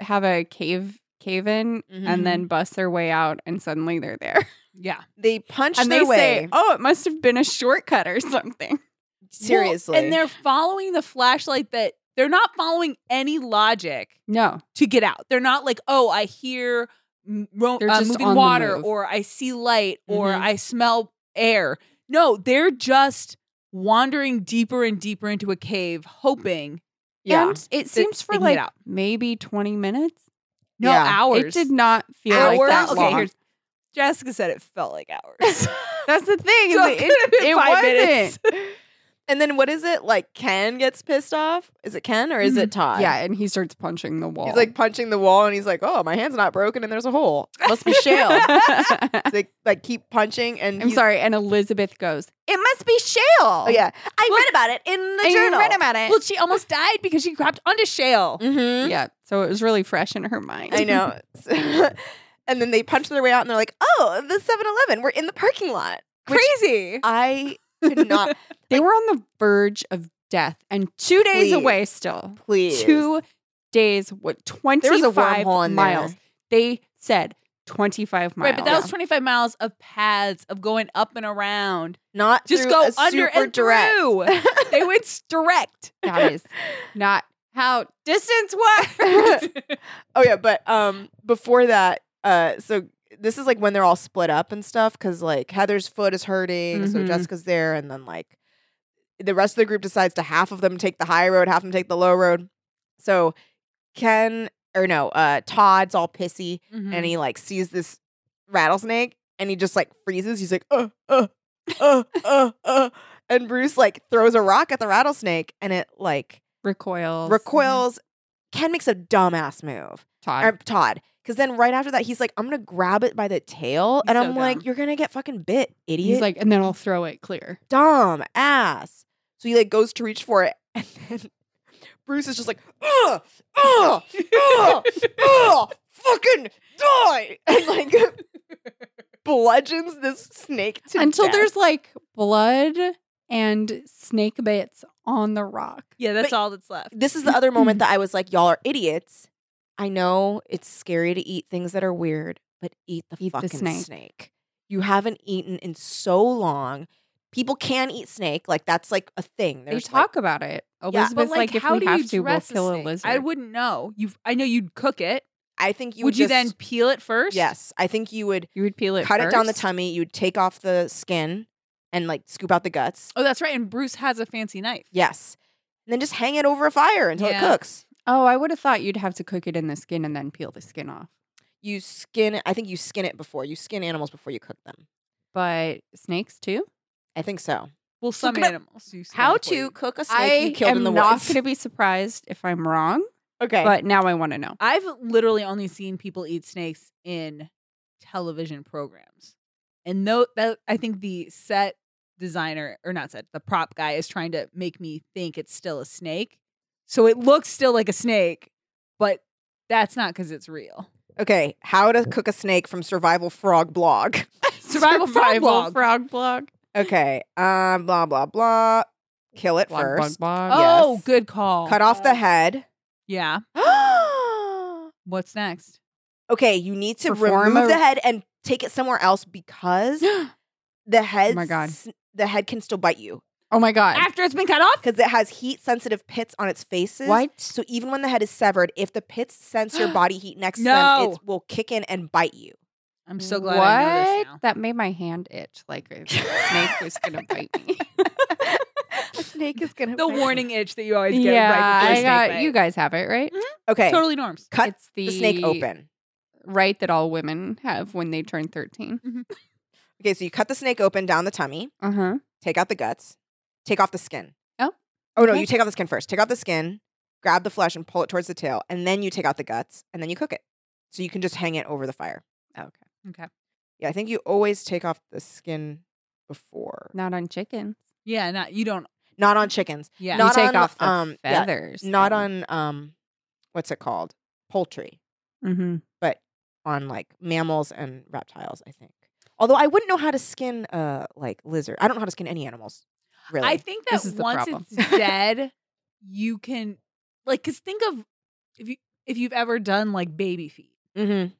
C: have a cave cave in
B: Mhm.
C: and
D: Mm-hmm.
C: then bust their way out and suddenly they're there.
D: Yeah.
B: They punch
C: and
B: their
C: they
B: way.
C: say, Oh, it must have been a shortcut or something.
B: Seriously.
D: and they're following the flashlight that they're not following any logic
C: No.
D: to get out. They're not like, oh, I hear m- ro-
C: They're
D: uh,
C: just on
D: moving
C: the
D: water
C: move. Mm-hmm.
D: or I see light or
B: Mhm.
D: I smell air. No, they're just wandering deeper and deeper into a cave, hoping.
B: yeah.
C: And it seems for
D: they can get
C: like
D: out.
C: maybe 20 minutes.
D: No,
B: Yeah.
D: hours.
C: It did not feel
D: hours.
C: like that
D: okay,
C: long.
D: here's Jessica said it felt like hours.
C: That's the thing. is
D: So
C: it,
D: it could have been
C: it
D: five
C: wasn't.
D: minutes.
B: And then what is it? Like Ken gets pissed off? Is it Ken or is it Todd?
C: Mm-hmm. Yeah, and he starts punching the wall.
B: He's like punching the wall and he's like, Oh, my hand's not broken and there's a hole. Must be shale. they like keep punching and
C: I'm
B: he's-
C: sorry. And Elizabeth goes, It must be shale.
B: Oh yeah. I read about it in the
C: And you
B: journal.
C: read about it.
D: well, she almost died because she grabbed onto shale.
B: Mhm.
C: Yeah. So it was really fresh in her mind.
B: I know. and then they punch their way out and they're like, oh, the 7 Eleven, we're in the parking lot. Which
D: Crazy.
B: I could not,
C: They were on the verge of death and two days
B: Please.
C: away still.
B: please.
C: Two days, what, 25 miles.
B: there.
C: They said 25 miles.
D: Right, but that was 25 miles of paths of going up and around.
B: Not
D: Just
B: through
D: go
B: a
D: under
B: super
D: and
B: direct.
D: through. they went direct.
C: that is not how distance works.
B: Oh yeah, but um, before that, uh, so this is like when they're all split up and stuff because like Heather's foot is hurting, so
C: Mhm.
B: Jessica's there, and then like the rest of the group decides to half of them take the high road, half of them take the low road. So Ken or no, uh, Todd's all pissy,
C: Mm-hmm.
B: and he like sees this rattlesnake, and he just like freezes. He's like, uh, uh, uh, uh, uh. And Bruce like throws a rock at the rattlesnake, and it like
C: Recoils.
B: recoils. Ken makes a dumbass move
C: Todd.
B: or Todd. Because then right after that, he's like, I'm gonna grab it by the tail. and
C: so
B: I'm like,
C: dumb.
B: You're gonna get fucking bit, idiot.
C: He's like, and then I'll throw it clear.
B: dumb ass. So he like goes to reach for it. And then Bruce is just like, ugh, ugh, ugh, ugh, fucking die. And like bludgeons this snake to
C: Until
B: death.
C: there's like blood and snake bits on the rock.
D: yeah, that's
B: But-
D: all that's left.
B: this is the other moment that I was like, Y'all are idiots. I know it's scary to eat things that are weird, but eat the
C: Eat the
B: fucking
C: snake.
B: snake. You haven't eaten in so long. People can eat snake. Like that's like a thing.
C: They
B: There's, like-
C: talk about it.
B: Elizabeth's
C: Elizabeth's
D: But
C: like, if
D: how
C: we
D: do you
C: have to, we'll
D: dress a
C: kill a
D: snake?
C: lizard.
D: I wouldn't know. You, I know you'd cook it.
B: I think you
D: would you
B: just-
D: then peel it first?
B: Yes, I think you would
C: You would peel it.
B: cut it down the
C: first.
B: tummy. You'd take off the skin and like scoop out the guts.
D: Oh, that's right. And Bruce has a fancy knife.
B: Yes, and then just hang it over a fire until
D: Yeah.
B: it cooks.
C: Oh, I would have thought you'd have to cook it in the skin and then peel the skin off.
B: You skin I think you skin it before. You skin animals before you cook them.
C: But snakes too?
B: I think so.
D: Well, some
B: can I-
D: animals. you skin
B: How
D: before
B: to
D: you-
B: cook a snake you
C: I
B: killed
C: am
B: in the
C: not
B: woods.
C: going to be surprised if I'm wrong,
B: okay.
C: but now I want to know.
D: I've literally only seen people eat snakes in television programs, and though that I think the set designer or not set the prop guy is trying to make me think it's still a snake, so it looks still like a snake, but that's not because it's real.
B: okay. How to cook a snake from Survival Frog blog.
D: Survival frog blog.
C: frog blog.
B: Okay. Um blah blah blah. Kill it
C: Blog, blog,
B: first.
C: blog.
D: Oh,
B: Yes.
D: good call.
B: Cut off the head.
D: Yeah. What's next?
B: okay, you need to
C: Perform
B: remove
C: a-
B: the head and take it somewhere else because the
D: Oh
B: head
C: God.
B: the head can still bite you
C: oh my God.
D: After it's been cut off.
B: because it has heat sensitive pits on its faces.
C: What?
B: So even when the head is severed, if the pits sense your body heat next to them,
D: No.
B: it will kick in and bite you.
D: I'm so glad I know this now.
C: That made my hand itch like a snake was going to bite me.
B: A snake is gonna
D: The warning itch that you always get right before a
C: I
D: snake
C: got
D: bite.
C: you guys have it right.
B: Okay,
D: Totally norms.
B: cut
C: it's
B: the snake open.
C: right that all women have when they turn thirteen.
B: Okay, so you cut the snake open down the tummy.
C: Uh huh.
B: Take out the guts. Take off the skin.
C: Oh,
B: Oh no,
C: okay.
B: you take out the skin first. Take out the skin. Grab the flesh and pull it towards the tail, and then you take out the guts, and then you cook it. So you can just hang it over the fire.
C: Okay.
D: Oh, Okay.
B: Yeah, I think you always take off the skin before.
C: Not on chickens.
D: Yeah. Not you don't.
B: Not on chickens.
D: Yeah.
B: Not
C: you take
B: on,
C: off the
B: um, yeah,
C: feathers.
B: Not on um what's it called? Poultry.
C: Mm-hmm.
B: On like mammals and reptiles, I think. Although I wouldn't know how to skin uh like lizard. I don't know how to skin any animals. Really.
D: I think that
C: This is the
D: once
C: problem.
D: it's dead, you can like because think of if you if you've ever done like baby feet,
B: mm-hmm.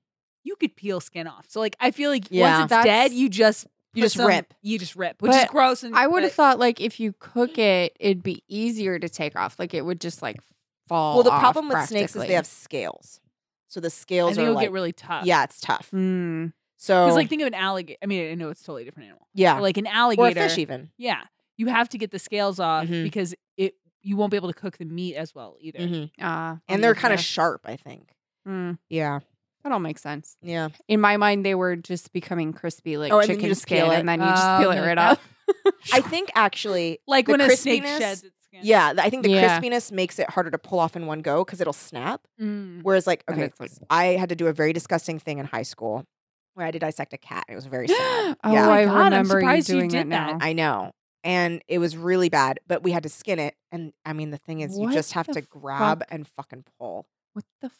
D: you could peel skin off. So like I feel like
B: Yeah.
D: once it's
C: That's-
D: dead, you just
B: You
D: put
B: just
D: some-
B: rip.
D: You just rip, which is
C: But
D: gross. And
C: I would have
D: but-
C: thought like if you cook it, it'd be easier to take off. Like it would just like fall.
B: Well, the
C: off
B: problem with snakes is
C: practically.
B: they have scales. So the
D: I
B: scales
D: think
B: are
D: it would
B: like
D: get really tough.
B: yeah, it's tough.
C: Mm.
B: So
D: Because like think of an alligator. I mean, I know it's totally different animal.
B: yeah,
D: But, Like an
B: or a
D: alligator,
B: fish even.
D: yeah, you have to get the scales off
C: Mm-hmm.
B: Mhm.
D: because it you won't be able to cook the meat as well either.
B: hmm
C: Ah,
B: And they're kind of
C: yes.
B: sharp, I think.
C: Mm,
B: Yeah,
C: that all makes sense.
B: yeah.
C: In my mind, they were just becoming crispy like
B: Oh, and then you
C: chicken
B: just
C: skin,
B: peel it.
C: and then you just peel
D: Oh,
C: it
D: no,
C: right
D: that-
C: off.
B: I think actually
D: Like
B: The
D: when a snake
B: crispiness-
D: sheds its skin.
B: Yeah, th- I think the
C: Yeah.
B: crispiness makes it harder to pull off in one go because it'll snap.
D: Mm.
B: Whereas, like,
C: And
B: okay,
C: it's like-
B: I had to do a very disgusting thing in high school where I had to dissect a cat. It was very sad.
C: oh,
B: yeah,
D: my
C: I
D: God, I'm
C: remember you
D: surprised you
C: doing that
D: did
C: now.
B: I know, and it was really bad. But we had to skin it, and I mean, the thing is,
C: What
B: you just have
C: the
B: to grab
C: fuck?
B: and fucking pull.
C: What the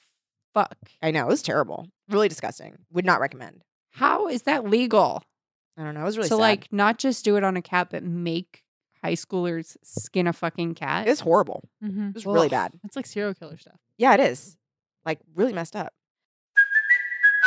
C: fuck?
B: I know it was terrible, really disgusting. Would not recommend.
C: How is that legal?
B: I don't know. It was really
C: to
B: sad.
C: like not just do it on a cat, but make high schoolers skin a fucking cat.
B: it was horrible.
D: Mm-hmm.
B: It was really
C: Ugh.
B: bad.
D: It's like serial killer stuff.
B: Yeah, it is. Like really messed up.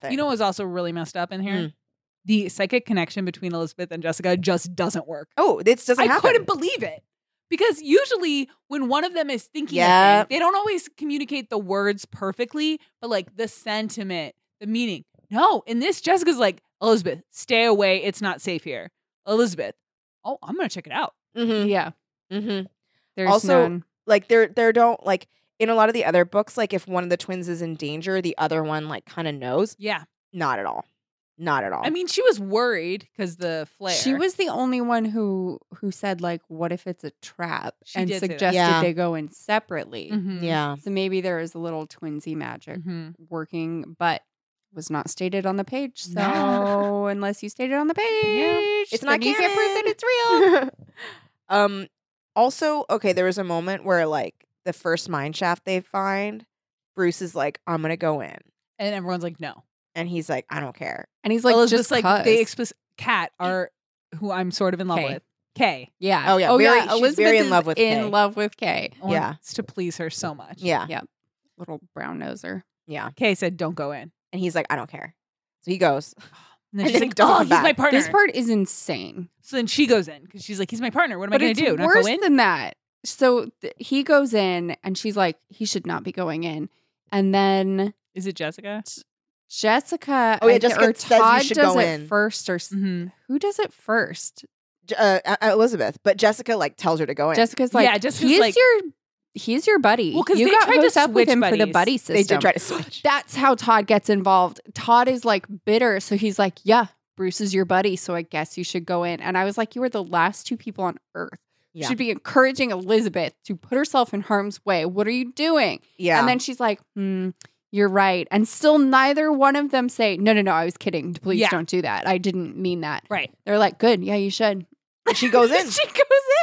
B: Thing.
D: You know what's also really messed up in here?
B: Mm.
D: The psychic connection between Elizabeth and Jessica just doesn't work.
B: Oh, this doesn't
D: I
B: happen.
D: couldn't believe it. Because usually when one of them is thinking a thing,
B: Yeah.
D: they don't always communicate the words perfectly, but like the sentiment, the meaning. No, in this, Jessica's like, Elizabeth, stay away. It's not safe here. Elizabeth, oh, I'm going to check it out.
B: Mm-hmm.
C: yeah.
B: Mm-hmm.
C: There's
B: Also-
C: none.
B: like there there don't like in a lot of the other books like if one of the twins is in danger the other one like kind of knows
D: Yeah.
B: not at all not at all
D: I mean, she was worried because the flare.
C: Oh. She was the only one who who said like, "What if it's a trap?"
D: She
C: and
D: did say that.
C: suggested
B: Yeah. Mm-hmm.
C: they go in separately.
D: Mhm.
B: yeah
C: So maybe there is a little twinsy magic
D: Mhm.
B: Mm-hmm.
C: working, but was not stated on the page. So
D: No.
C: unless you stated on the page,
B: it's
C: then
B: not
C: you can't prove that
B: canon.
C: it's real.
B: um also okay there was a moment where like the first mine shaft they find bruce is like i'm gonna go in
D: And everyone's like, no.
B: and he's like i don't care
C: And he's like,
D: Elizabeth's
C: just
D: like
C: cause.
D: they explicit Cat are who I'm sort of in love
C: Kay.
D: with. Kay.
C: yeah.
B: Oh, yeah, very- she's very in
C: is
B: love with
C: in
B: Kay.
C: love with Kay.
B: Yeah.
D: Wants to please her so much.
B: yeah
C: Yeah. little brown noser.
B: Yeah.
D: Kay said, "Don't go in."
B: And he's like, I don't care. So he goes.
D: And then
B: And
D: she's
B: then
D: like,
B: don't
D: "Oh,
B: come
D: he's
B: back.
D: my partner."
C: This part is insane.
D: so then she goes in because she's like, "He's my partner. What am I
C: but
D: going
C: it's
D: to do? Not
C: worse
D: go in?"
C: than that. So th- he goes in, and she's like, "He should not be going in." And then
D: Is it Jessica?
C: Jessica,
B: Oh, yeah,
C: I thi-
B: Jessica
C: or
B: says you
C: Todd
B: should
C: does
B: go
C: it
B: in.
C: first, or s-
D: Mm-hmm.
C: who does it first?
B: J- Uh, uh, Elizabeth, but Jessica like tells her to go in.
C: Jessica's like,
D: Yeah, Jessica's
C: he's
D: like-
C: your, he's your buddy.
D: Well, 'cause
C: you
D: they
C: got
D: tried to
C: hooked up with
D: switch
C: him for the
D: buddies.
C: buddy system.
B: they did try to switch.
C: That's how Todd gets involved. Todd is like bitter, so he's like, "Yeah, Bruce is your buddy, so I guess you should go in." And I was like, "You are the last two people on earth." who
B: Yeah.
C: Should be encouraging Elizabeth to put herself in harm's way. What are you doing?
B: yeah.
C: And then she's like, hmm, you're right. And still neither one of them say, no, no, no, I was kidding. Please
D: Yeah.
C: don't do that. I didn't mean that.
D: Right.
C: They're like, good. Yeah, you should.
B: she goes in,
C: she goes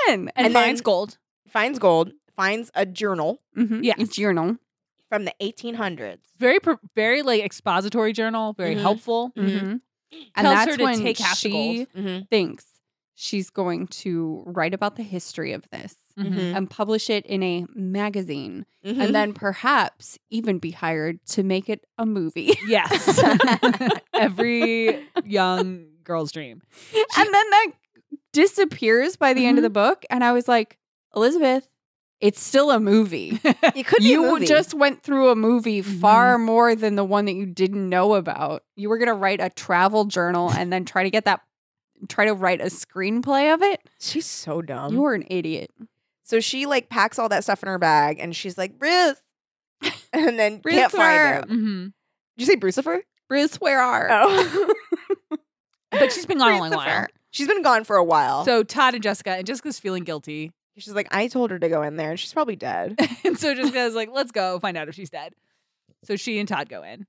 C: in.
D: And,
B: And then-
D: finds gold.
B: finds gold, finds a journal
C: Mhm.
D: Yeah.
C: A journal.
B: from the 1800s.
D: Very, pro- very like expository journal. Very
B: Mhm.
D: helpful.
C: Mhm. And
D: Mm-hmm. Tells
C: that's
D: her to
C: when
D: take half the
C: she
D: gold.
B: Mm-hmm.
C: thinks she's going to write about the history of this
D: Mm-hmm.
B: Mhm.
C: and publish it in a magazine
B: Mm-hmm.
C: Mm-hmm. and then perhaps even be hired to make it a movie.
D: Yes. Every young girl's dream.
C: and then that disappears by the end
B: Mm-hmm.
C: of the book. And I was like, Elizabeth, it's still a movie.
B: mm-hmm. it could
C: you
B: be a movie. Mm-hmm.
C: just went through a movie far more than the one that you didn't know about. You were going to write a travel journal and then try to get that, try to write a screenplay of it.
B: she's so dumb.
C: You're an idiot.
B: So she like packs all that stuff in her bag and she's like, Bruce. And then
C: Bruce,
B: can't
C: where-
B: find him.
D: Mm-hmm.
B: Did you say Brucifer?
C: Bruce, where are?
B: Oh.
D: But she's been gone a long while.
C: Christopher.
B: she's been gone for a while. So
D: So Todd and Jessica, and Jessica's feeling guilty.
B: she's like, I told her to go in there and she's probably dead.
D: And so Jessica's like, let's go find out if she's dead. So she and Todd go in.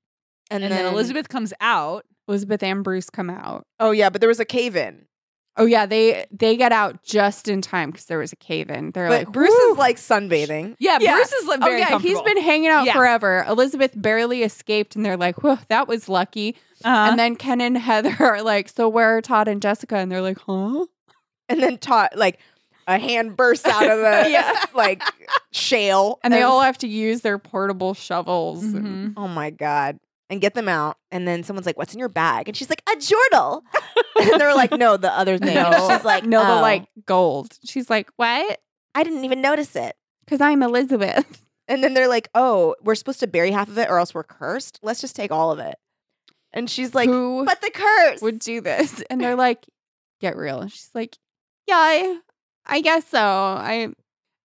B: And,
D: And, then, Elizabeth comes out.
C: Elizabeth and Bruce come out.
B: Oh, yeah, but there was a cave in.
C: Oh yeah, they they get out just in time because there was a cave in. They're
B: But
C: like
B: Bruce
C: "Whew."
B: is like sunbathing.
D: Yeah,
C: Yeah.
D: Bruce is like,
C: Oh
D: very
C: yeah, he's
D: comfortable.
C: been hanging out
D: Yeah.
C: forever. Elizabeth barely escaped, and they're like, "Whoa, that was lucky."
D: Uh-huh.
C: And then Ken and Heather are like, "So where are Todd and Jessica?" And they're like, "Huh?"
B: And then Todd, like, a hand bursts out of the
C: Yeah.
B: like shale.
C: And they all have to use their portable shovels. and-
D: Mhm.
B: Oh my God. And get them out. And then someone's like, What's in your bag? And she's like, A journal. and they're like, No, the
D: Mm-hmm.
B: other thing.
C: No.
B: And she's like,
C: no, the
B: "Oh,
C: like gold. She's like, "What?"
B: I didn't even notice it.
C: Because I'm Elizabeth.
B: And then they're like, "Oh, we're supposed to bury half of it, or else we're cursed. Let's just take all of it." And she's like,
C: Who
B: "But the curse."
C: would do this? And they're like, "Get real." And she's like, "Yeah, I, I guess so." I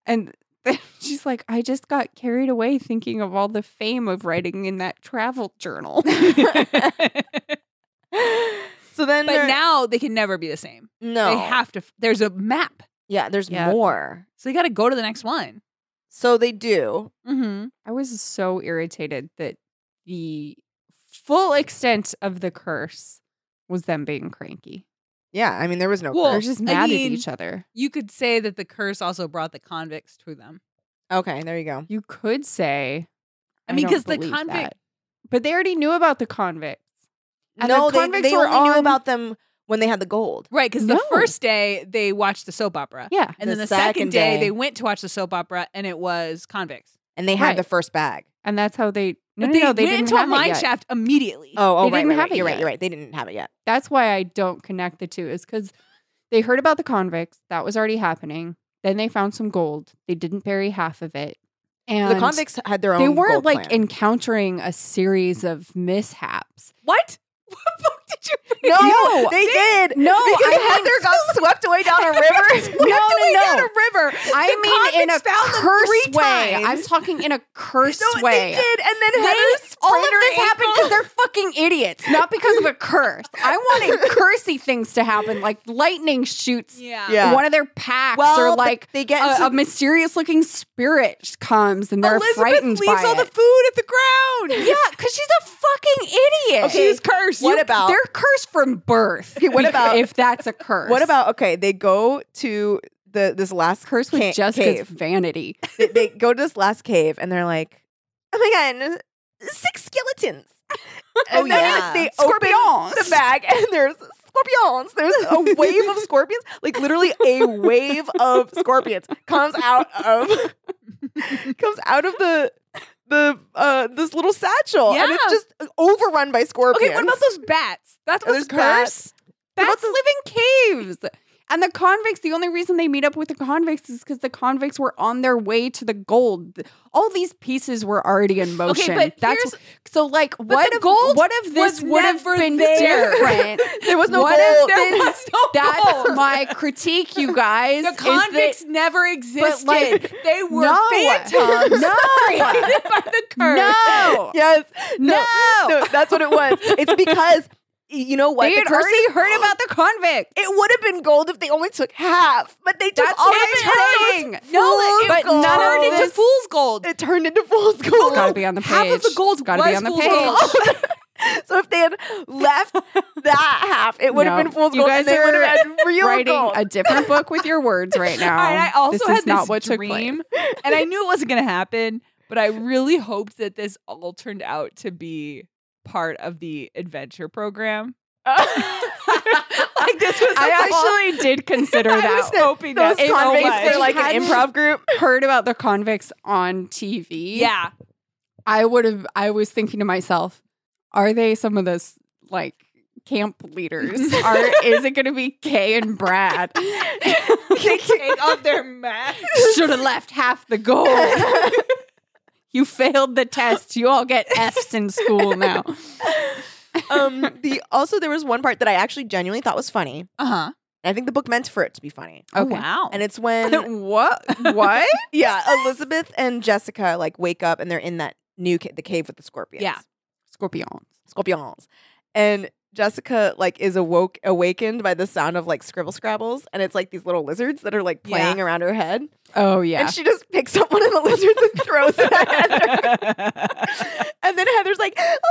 C: and. She's like, I just got carried away thinking of all the fame of writing in that travel journal.
D: Mm-hmm.
B: so then,
D: but
B: they're-
D: now they can never be the same.
B: no,
D: They have to. f- There's a map,
B: yeah, there's
C: Yeah.
B: more.
D: so they got to go to the next one.
B: So they do.
D: Mm-hmm.
C: I was so irritated that the full extent of the curse was them being cranky.
B: Yeah, I mean, there was no
D: Well,
C: They're
B: curse.
C: just
D: I
C: mad
D: mean-
C: at each other.
D: You could say that the curse also brought the convicts to them.
B: Okay, there you go.
C: You could say,
D: I mean,
C: don't
D: 'cause the
C: believe
D: convict-
C: that. but they already knew about the convicts. And
B: no,
C: the
B: they
C: convicts
B: they
C: were
B: only knew
C: on-
B: about them when they had the gold.
D: Right, because
C: No.
D: the first day they watched the soap opera.
C: Yeah,
D: And
B: The
D: then the
B: second
D: second, day,
B: day-
D: they went to watch the soap opera and it was convicts.
B: And they had
C: Right.
B: the first bag.
C: and that's how they. No,
D: But
C: no,
D: they,
C: no, they
D: went
C: didn't
D: into a
C: have it
D: mine
C: yet.
D: shaft immediately.
B: Oh, oh,
C: They
B: right,
C: didn't
B: right,
C: have
B: right.
C: it
B: You're right.
C: yet.
B: You're right. They didn't have it yet.
C: That's why I don't connect the two. Is because they heard about the convicts. That was already happening. Then they found some gold. They didn't bury half of it. And
B: the convicts had their own.
C: they weren't
B: gold
C: like
B: plan.
C: encountering a series of mishaps.
D: What? What book did you read?
B: No,
C: No,
B: they did.
C: no,
B: because
C: I mean-
B: Heather got swept away down a river.
C: No, no,
B: away
C: no.
B: down a river.
C: I
B: The
C: mean, in a
B: convicts found them
C: curse
B: three
C: way.
B: times.
C: I'm talking in a curse
B: No,
C: way.
B: They did, and then
C: They-
B: Heather
C: all of
B: sprained her
C: this happened
B: ankle.
C: because they're fucking idiots, not because of a curse. I wanted cursy things to happen, like lightning shoots
D: Yeah.
B: Yeah.
C: one of their packs,
B: Well,
C: or
B: but
C: like
B: they get
C: a,
B: into-
C: a mysterious looking spirit comes and they're
D: Elizabeth
C: frightened
D: leaves
C: by
D: all the
C: it.
D: food at the ground.
C: yeah, because she's a fucking idiot.
B: Okay,
D: She's cursed.
B: What
C: You-
B: about?
C: they're cursed from birth?
B: Okay, what
C: if-
B: about-
C: if that's a curse?
B: What about? Okay, they go to the this last
C: curse with
B: ca-
C: Jessica's
B: cave.
C: vanity?
B: they, they go to this last cave, and they're like, "Oh my god, six skeletons!" And then
C: yeah.
B: they open
C: Scorpions.
B: the bag, and there's scorpions. There's a wave of scorpions, like literally a wave of scorpions comes out of comes out of the the uh this little satchel, and it's
D: Yeah.
B: just overrun by scorpions.
C: Okay, what about those bats? That's
B: Are
C: what's
B: there bats?
C: worse. Bats live in caves. And the convicts, the only reason they meet up with the convicts is because the convicts were on their way to the gold. All these pieces were already in motion.
D: but
C: That's so like what
D: the
C: if
D: gold
C: what if this
D: was
C: would have
D: never
C: been
D: there.
C: different?
B: There was no
C: what
B: gold.
C: If
B: There
C: this,
D: was no
C: that's
D: gold.
C: my critique, you guys.
D: The
C: is that-
D: convicts never existed.
C: like,
D: they were
C: no.
D: phantoms
C: No.
D: created by the curse.
C: no.
B: Yes. No.
C: No.
B: No, that's what it was. It's because y- you know what?
C: They
B: The
C: had
B: curses-
C: already heard about the convicts.
B: it would have been gold if they only took half, but they took
C: That's
B: all
C: what
B: of
C: I'm
B: it.
C: saying.
B: It was
C: No,
B: fool's
C: it- but
B: gold.
C: none of
D: Turned into
C: this-
D: fool's gold.
B: It turned into fool's gold.
C: gotta be on the
D: Half of the
C: page.
D: gold
C: Gotta be
D: was
C: on the
D: fool's
C: page.
D: gold.
B: so if they had left that half, it would have
C: No.
B: been fool's
C: You
B: gold,
C: guys
B: and they would
C: are
B: have had real
C: writing
B: gold.
C: a different book with your words right now.
D: And I also
C: this
D: had
C: is not
D: this
C: what took
D: dream,
C: place.
D: and I knew it wasn't going to happen, but I really hoped that this all turned out to be part of the adventure program. like this was
C: I actually did consider
D: I
C: that.
D: was hoping
B: Those
D: that it
B: convicts
D: was.
B: were like an
C: Hadn't-
B: improv group.
C: Heard about the convicts on TV.
D: yeah.
C: I would have. I was thinking to myself, are they some of those like camp leaders? are is it going to be Kay and Brad?
D: They take off their mask.
C: Should have left half the gold. you failed the test. You all get Fs in school now.
B: Um, the also there was one part that I actually genuinely thought was funny. And
D: Uh huh.
B: I think the book meant for it to be funny.
C: Okay.
D: Wow.
B: And it's when
C: what? What?
B: yeah, Elizabeth and Jessica like wake up and they're in that new ca- the cave with the scorpions.
D: Yeah.
C: Scorpions.
B: scorpions. And Jessica like is awoke awakened by the sound of like scribble scrabbles and it's like these little lizards that are like
D: Yeah.
B: playing around her head.
C: Oh yeah.
B: And she just picks up one of the lizards and throws it at Heather. And then Heather's like, Elizabeth!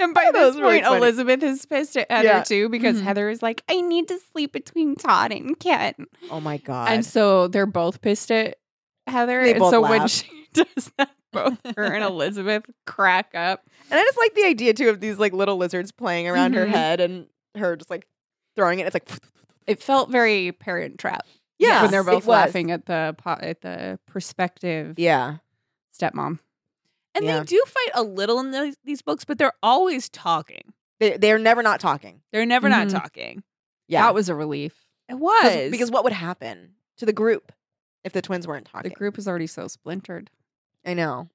C: And by
B: That
C: this
B: was really
C: point,
B: funny.
C: Elizabeth is pissed at Heather
B: Yeah. Mm-hmm.
C: too because
D: Mhm.
C: Heather is like, "I need to sleep between Todd and Ken,"
B: oh my god.
C: and so they're both pissed at Heather.
B: They
C: and
B: both
C: so when
B: laugh.
C: she does that, both her and Elizabeth crack up.
B: and I just like the idea too of these like little lizards playing around her
C: Mhm.
B: head and her just like throwing it. It's like
C: It felt very Parent Trap.
B: Yeah,
C: when they're
B: it
C: both
B: was.
C: laughing at the po- at the prospective
B: Yeah.
C: stepmom.
D: And
B: Yeah.
D: they do fight a little in those, these books, but they're always talking.
B: They they're never not talking.
D: They're never
C: Mhm.
D: not talking.
B: Yeah.
C: That was a relief.
D: It
B: 'Cause-
D: was
B: because what would happen to the group if the twins weren't
C: The
B: talking?
C: group is already so splintered
B: I know.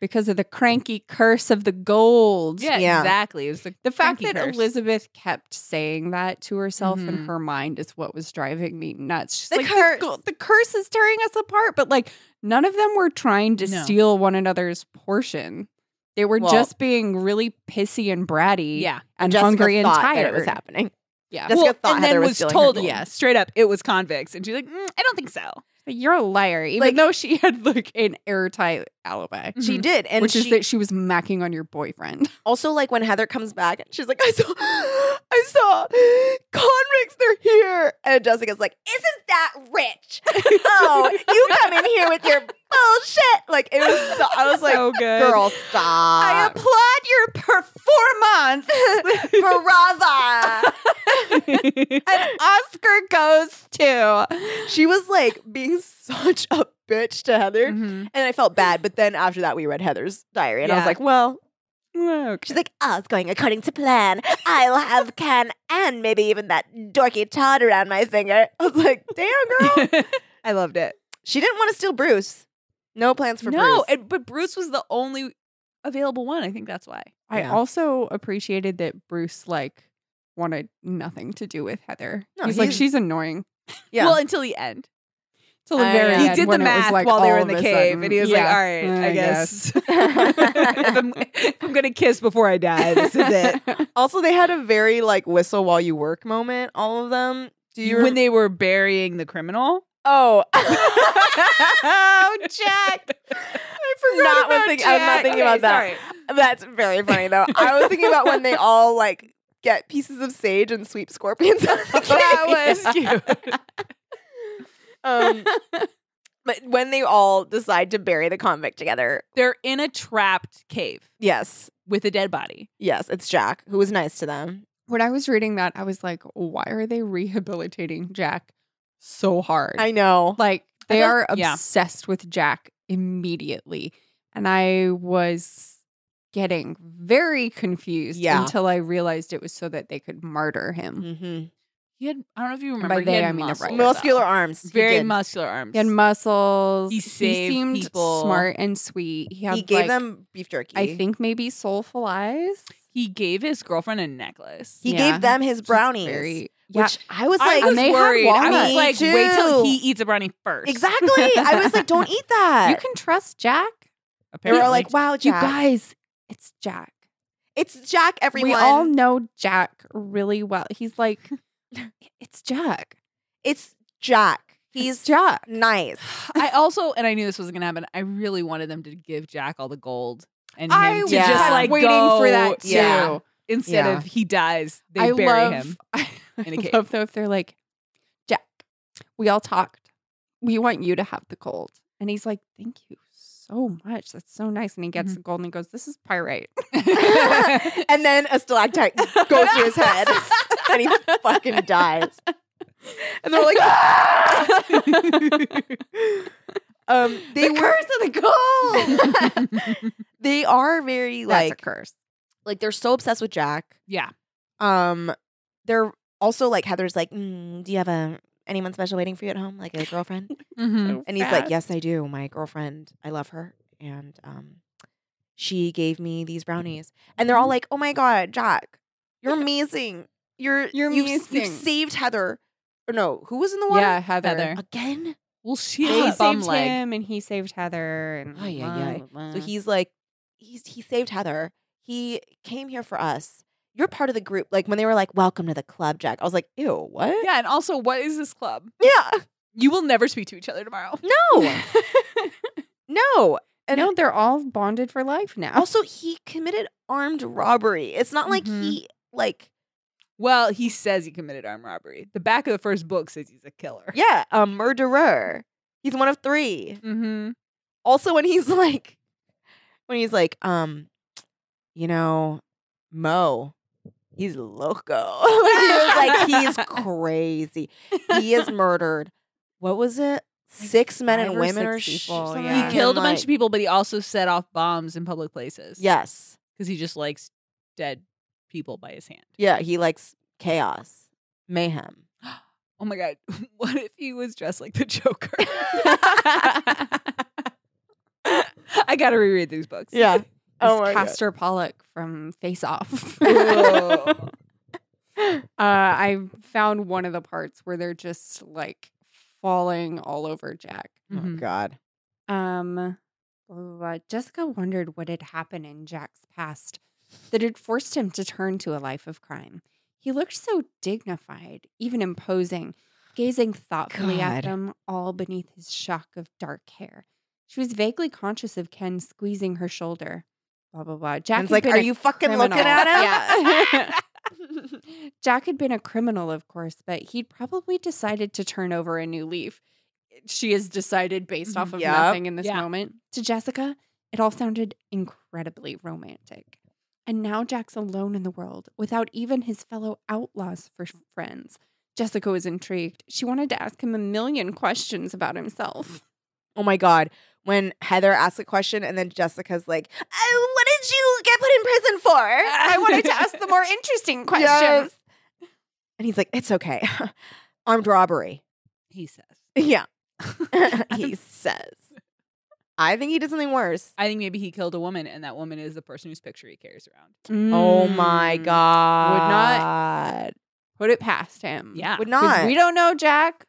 C: because of the cranky curse of the gold.
D: yeah,
B: Yeah.
D: exactly. It was the,
C: The fact
D: Frankie
C: that
D: curse.
C: Elizabeth kept saying that to herself in
D: Mhm.
C: her mind is what was driving me nuts. She's
B: Mm-hmm. The
C: like,
B: curse.
C: The, go- the curse is tearing us apart, but like none of them were trying to
D: No.
C: steal one another's portion. They were
B: Well-
C: just being really pissy and bratty
D: yeah,
C: and
B: Jessica
C: hungry and
B: thought that
C: tired.
B: it was happening.
C: Yeah.
B: Jessica thought
D: and
B: Heather
D: then
B: was
D: was
B: stealing her
D: told,
B: gold.
D: yeah, straight up, it was convicts, and she's like, "Mm, I don't think so.
C: But You're a liar, even
B: Like-
C: though she had like an airtight alibi.
D: Mm-hmm.
B: She did. And
C: Mm-hmm. which
B: she,
C: is that she was macking on your boyfriend.
B: also like when Heather comes back, she's like, I saw I saw convicts, they're here. And Jessica's like, Isn't that rich? oh, you come in here with your bullshit. Like it was so, I was like,
D: so good.
B: girl,
C: I
B: stop.
C: applaud your performance.
B: Brava.
C: An Oscar goes to
B: she was like being such a bitch to Heather.
D: Mhm.
B: And I felt bad. But then after that, we read Heather's diary. And I was
D: Yeah.
B: like, well,
C: Okay.
B: She's like, oh, it's going according to plan. I'll have Ken and maybe even that dorky Todd around my finger. I was like, damn, girl.
D: I loved it.
B: she didn't want to steal Bruce. No plans for
D: no,
B: Bruce.
D: and- but Bruce was the only available one. I think that's why.
C: I
B: Yeah.
C: also appreciated that Bruce like wanted nothing to do with Heather.
B: No,
C: he's, like,
B: he's-
C: she's annoying.
B: yeah.
D: Well, until the end, uh,
C: Till the
B: I
C: very
B: know.
C: end,
B: He
D: he did the
C: when it was,
D: math
C: like,
D: while they were
C: all
D: in the
C: of a
D: cave,
C: sudden-
D: and he was
C: Yeah.
D: like, "All right, I,
C: I
D: guess, if, I'm, if I'm gonna kiss before I die, this is it."
B: also, they had a very like whistle while you work moment, all of them. Do you
D: when
B: rem-
D: they were burying the criminal.
B: Oh.
D: oh, Jack! I forgot
B: Not was
D: about
B: thinking- I was not
D: Jack.
B: thinking about that.
D: sorry.
B: That's very funny though. I was thinking about when they all like get pieces of sage and sweep scorpions out of the
D: That was cute.
B: Um, but when they all decide to bury the convict together.
D: They're in a trapped cave
B: Yes.
D: with a dead body.
B: Yes, it's Jack who was nice to them.
C: when I was reading that, I was like, why are they rehabilitating Jack so hard?
B: I know.
C: like they
D: feel-
C: are
D: yeah.
C: obsessed with Jack immediately. And I was getting very confused
B: Yeah.
C: until I realized it was so that they could martyr him.
B: Mm-hmm.
D: He had I don't know if you
C: by
D: remember. he
C: they,
D: had
C: I mean the
D: muscles,
C: writers.
D: though.
B: Muscular arms. He
D: very
B: did.
D: muscular arms.
C: He had muscles.
D: He saved
C: seemed
D: people.
C: smart and sweet. He, had,
B: He gave
C: like,
B: them beef jerky.
C: I think maybe soulful eyes.
D: he gave his girlfriend a necklace.
B: he
C: Yeah.
B: gave them his
C: Just
B: brownies,
C: very- yeah.
B: which I was
D: I
B: like,
D: was
C: and they had
D: worried. I was
C: walnuts.
D: like,
B: Me
D: wait till
B: too.
D: he eats a brownie first.
B: exactly. I was like, don't eat that.
C: you can trust Jack.
B: they were
D: Apparently.
B: like, wow,
C: You
B: Jack.
C: guys, it's Jack.
B: it's Jack. Everyone.
C: We all know Jack really well. He's like, it's Jack.
B: it's Jack.
C: It's
B: He's
C: Jack.
B: nice.
D: I also, and I knew this was gonna happen. I really wanted them to give Jack all the gold, and him
C: I
D: to
C: was
B: Yeah.
D: just like
C: waiting
D: go-
C: for that too.
B: Yeah.
D: Instead
B: Yeah.
D: of he dies, they
C: I
D: bury
C: love,
D: him.
C: I
D: in a cave.
C: love though if they're like, Jack, we all talked. We want you to have the gold. And he's like, thank you so much. That's so nice. And he
B: Mm-hmm.
C: gets the gold and he goes, this is pyrite.
B: and then a stalactite goes through his head, and he fucking dies. And they're like, "Ah!" um, they were
C: of the gold.
B: they are very
C: That's
B: like
C: a curse.
B: like they're so obsessed with Jack.
D: Yeah.
B: Um, they're also like Heather's like, mm, do you have a anyone special waiting for you at home, like a girlfriend?
D: Mhm.
B: And he's like, yes, I do. My girlfriend, I love her, and um, she gave me these brownies. And they're all like, oh my god, Jack, you're amazing. You're
C: You're
B: you've, you've
C: amazing."
B: saved Heather. Or no, who was in the water?
C: Yeah, Heather.
D: Heather.
B: Again.
D: Well, she
C: He
D: has a bum
C: saved
D: leg.
C: him and he saved Heather. And
B: Ay, ay,
C: blah,
B: So
C: blah.
B: he's like, he's he saved Heather. He came here for us. You're part of the group. Like when they were like, "Welcome to the club, Jack." I was like, "Ew, what?"
D: Yeah, and also, what is this club?
B: Yeah.
D: You will never speak to each other tomorrow.
B: No. no. And
C: no, they're all bonded for life now.
B: also, he committed armed robbery. It's not like
D: Mhm.
B: he like
D: Well, he says he committed armed robbery. The back of the first book says he's a killer.
B: yeah a murderer. He's one of three.
D: Mm-hmm.
B: Also, when he's like, when he's like, um, you know, Mo, he's loco. like, he was like he's crazy. He is murdered. What was it? Six men
C: five
B: and
C: or
B: women
C: six
B: or sh-
C: people,
B: something
C: yeah.
B: like-
D: He killed a bunch
B: like-
D: of people, but he also set off bombs in public places.
B: Yes.
D: because he just likes dead people by his hand.
B: Yeah. He likes chaos, mayhem.
D: Oh my god, what if he was dressed like the Joker? I gotta reread these books.
B: Yeah.
C: oh Castor Pollock from Face Off.
B: Oh
C: uh,
D: Whoa.
C: I found one of the parts where they're just like falling all over Jack.
D: Mhm.
B: God.
C: Um, blah, blah, blah. Jessica wondered what had happened in Jack's past that had forced him to turn to a life of crime. He looked so dignified, even imposing, gazing thoughtfully at
B: God.
C: them all beneath his shock of dark hair. She was vaguely conscious of Ken squeezing her shoulder. Blah blah blah. Jack
B: And it's
C: had
B: like,
C: been
B: are
C: a
B: you fucking
C: criminal.
B: looking at him?
C: Yeah. Jack had been a criminal, of course, but he'd probably decided to turn over a new leaf. She has decided, based off of
B: Yep.
C: nothing in this
D: Yeah.
C: moment. To Jessica, it all sounded incredibly romantic. And now Jack's alone in the world without even his fellow outlaws for friends. Jessica was intrigued. She wanted to ask him a million questions about himself.
B: Oh my God. When Heather asks a question and then Jessica's like, oh, what did you get put in prison for?
C: I wanted to ask the more interesting Uh, questions.
B: Yes. And he's like, it's okay. Armed robbery.
D: He says.
B: Yeah. he says. I think he did something worse.
D: I think maybe he killed a woman, and that woman is the person whose picture he carries around.
B: Oh my
C: Mm.
B: God.
C: Put it past him.
D: Yeah.
B: Would
C: 'Cause
B: not.
C: We don't know Jack.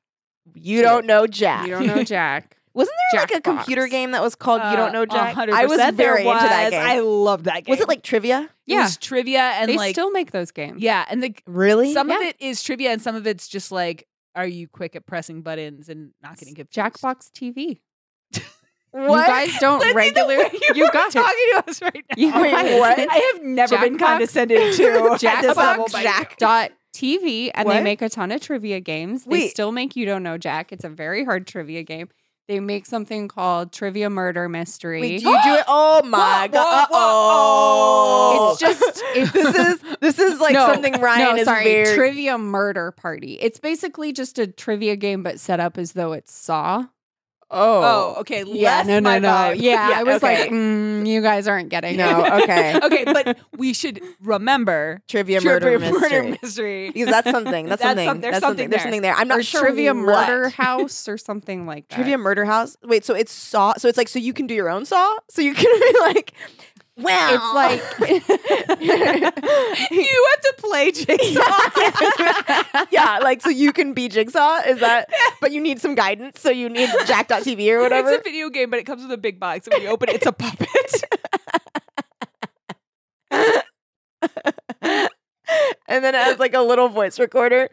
B: you don't know Jack.
C: You don't know Jack.
B: Wasn't there like a
C: Jackbox.
B: computer game that was called You Don't
D: Uh,
B: Know Jack?
D: 100%
B: I was
D: there
B: very into that
D: was.
B: game.
D: I loved that game.
B: was it like trivia?
D: It was trivia and
C: they
D: like
C: still make those games.
D: yeah, and the
B: Really?
D: some of
C: Yeah.
D: it is trivia and some of it's just like are you quick at pressing buttons and not getting confused?
C: Jackbox TV.
B: what?
C: You guys don't
D: Lindsay, the
C: regularly.
D: way you,
C: You
D: are
C: got
D: talking
C: it.
D: to us right now.
C: You
B: Wait,
C: guys-
B: what?
D: I have never been
C: Jackbox?
D: condescended to at this level
C: Jackbox
D: by you.
C: Jack dot TV, and they
B: What?
C: make a ton of trivia games. They
B: Wait.
C: still make You Don't Know Jack. It's a very hard trivia game. They make something called Trivia Murder Mystery.
B: Wait, do you do it? Oh my
D: Whoa,
B: god!
D: whoa,
B: Oh,
D: whoa.
C: It's just- it's-
B: this is this is like
C: No,
B: something Ryan
C: no,
B: is
C: sorry,
B: very.
C: Trivia Murder Party. It's basically just a trivia game, but set up as though it's Saw.
B: Oh,
D: Oh, okay.
C: Yeah,
D: less
C: no, no,
D: my
C: no.
D: vibe.
C: Yeah, I was
B: okay.
C: like, mm, you guys aren't getting it.
B: no, okay.
D: okay, but we should remember
B: trivia murder
D: trivia
B: mystery.
D: mystery.
B: Because that's something. That's,
D: That's
B: something.
D: some- there's
B: that's
D: something
B: There's
D: there.
B: something there. I'm not
C: or
B: sure
C: trivia
B: what.
C: murder house or something like that.
B: Trivia murder house. Wait, so it's saw. So it's like so you can do your own saw. So you can be like, well,
C: It's like
D: you have to play jigsaw.
B: yeah, like so you can be jigsaw. Is that? But you need some guidance. So you need Jack.tv or whatever.
D: It's a video game, but it comes with a big box. And when you open it, it's a puppet.
B: and then it has like a little voice recorder,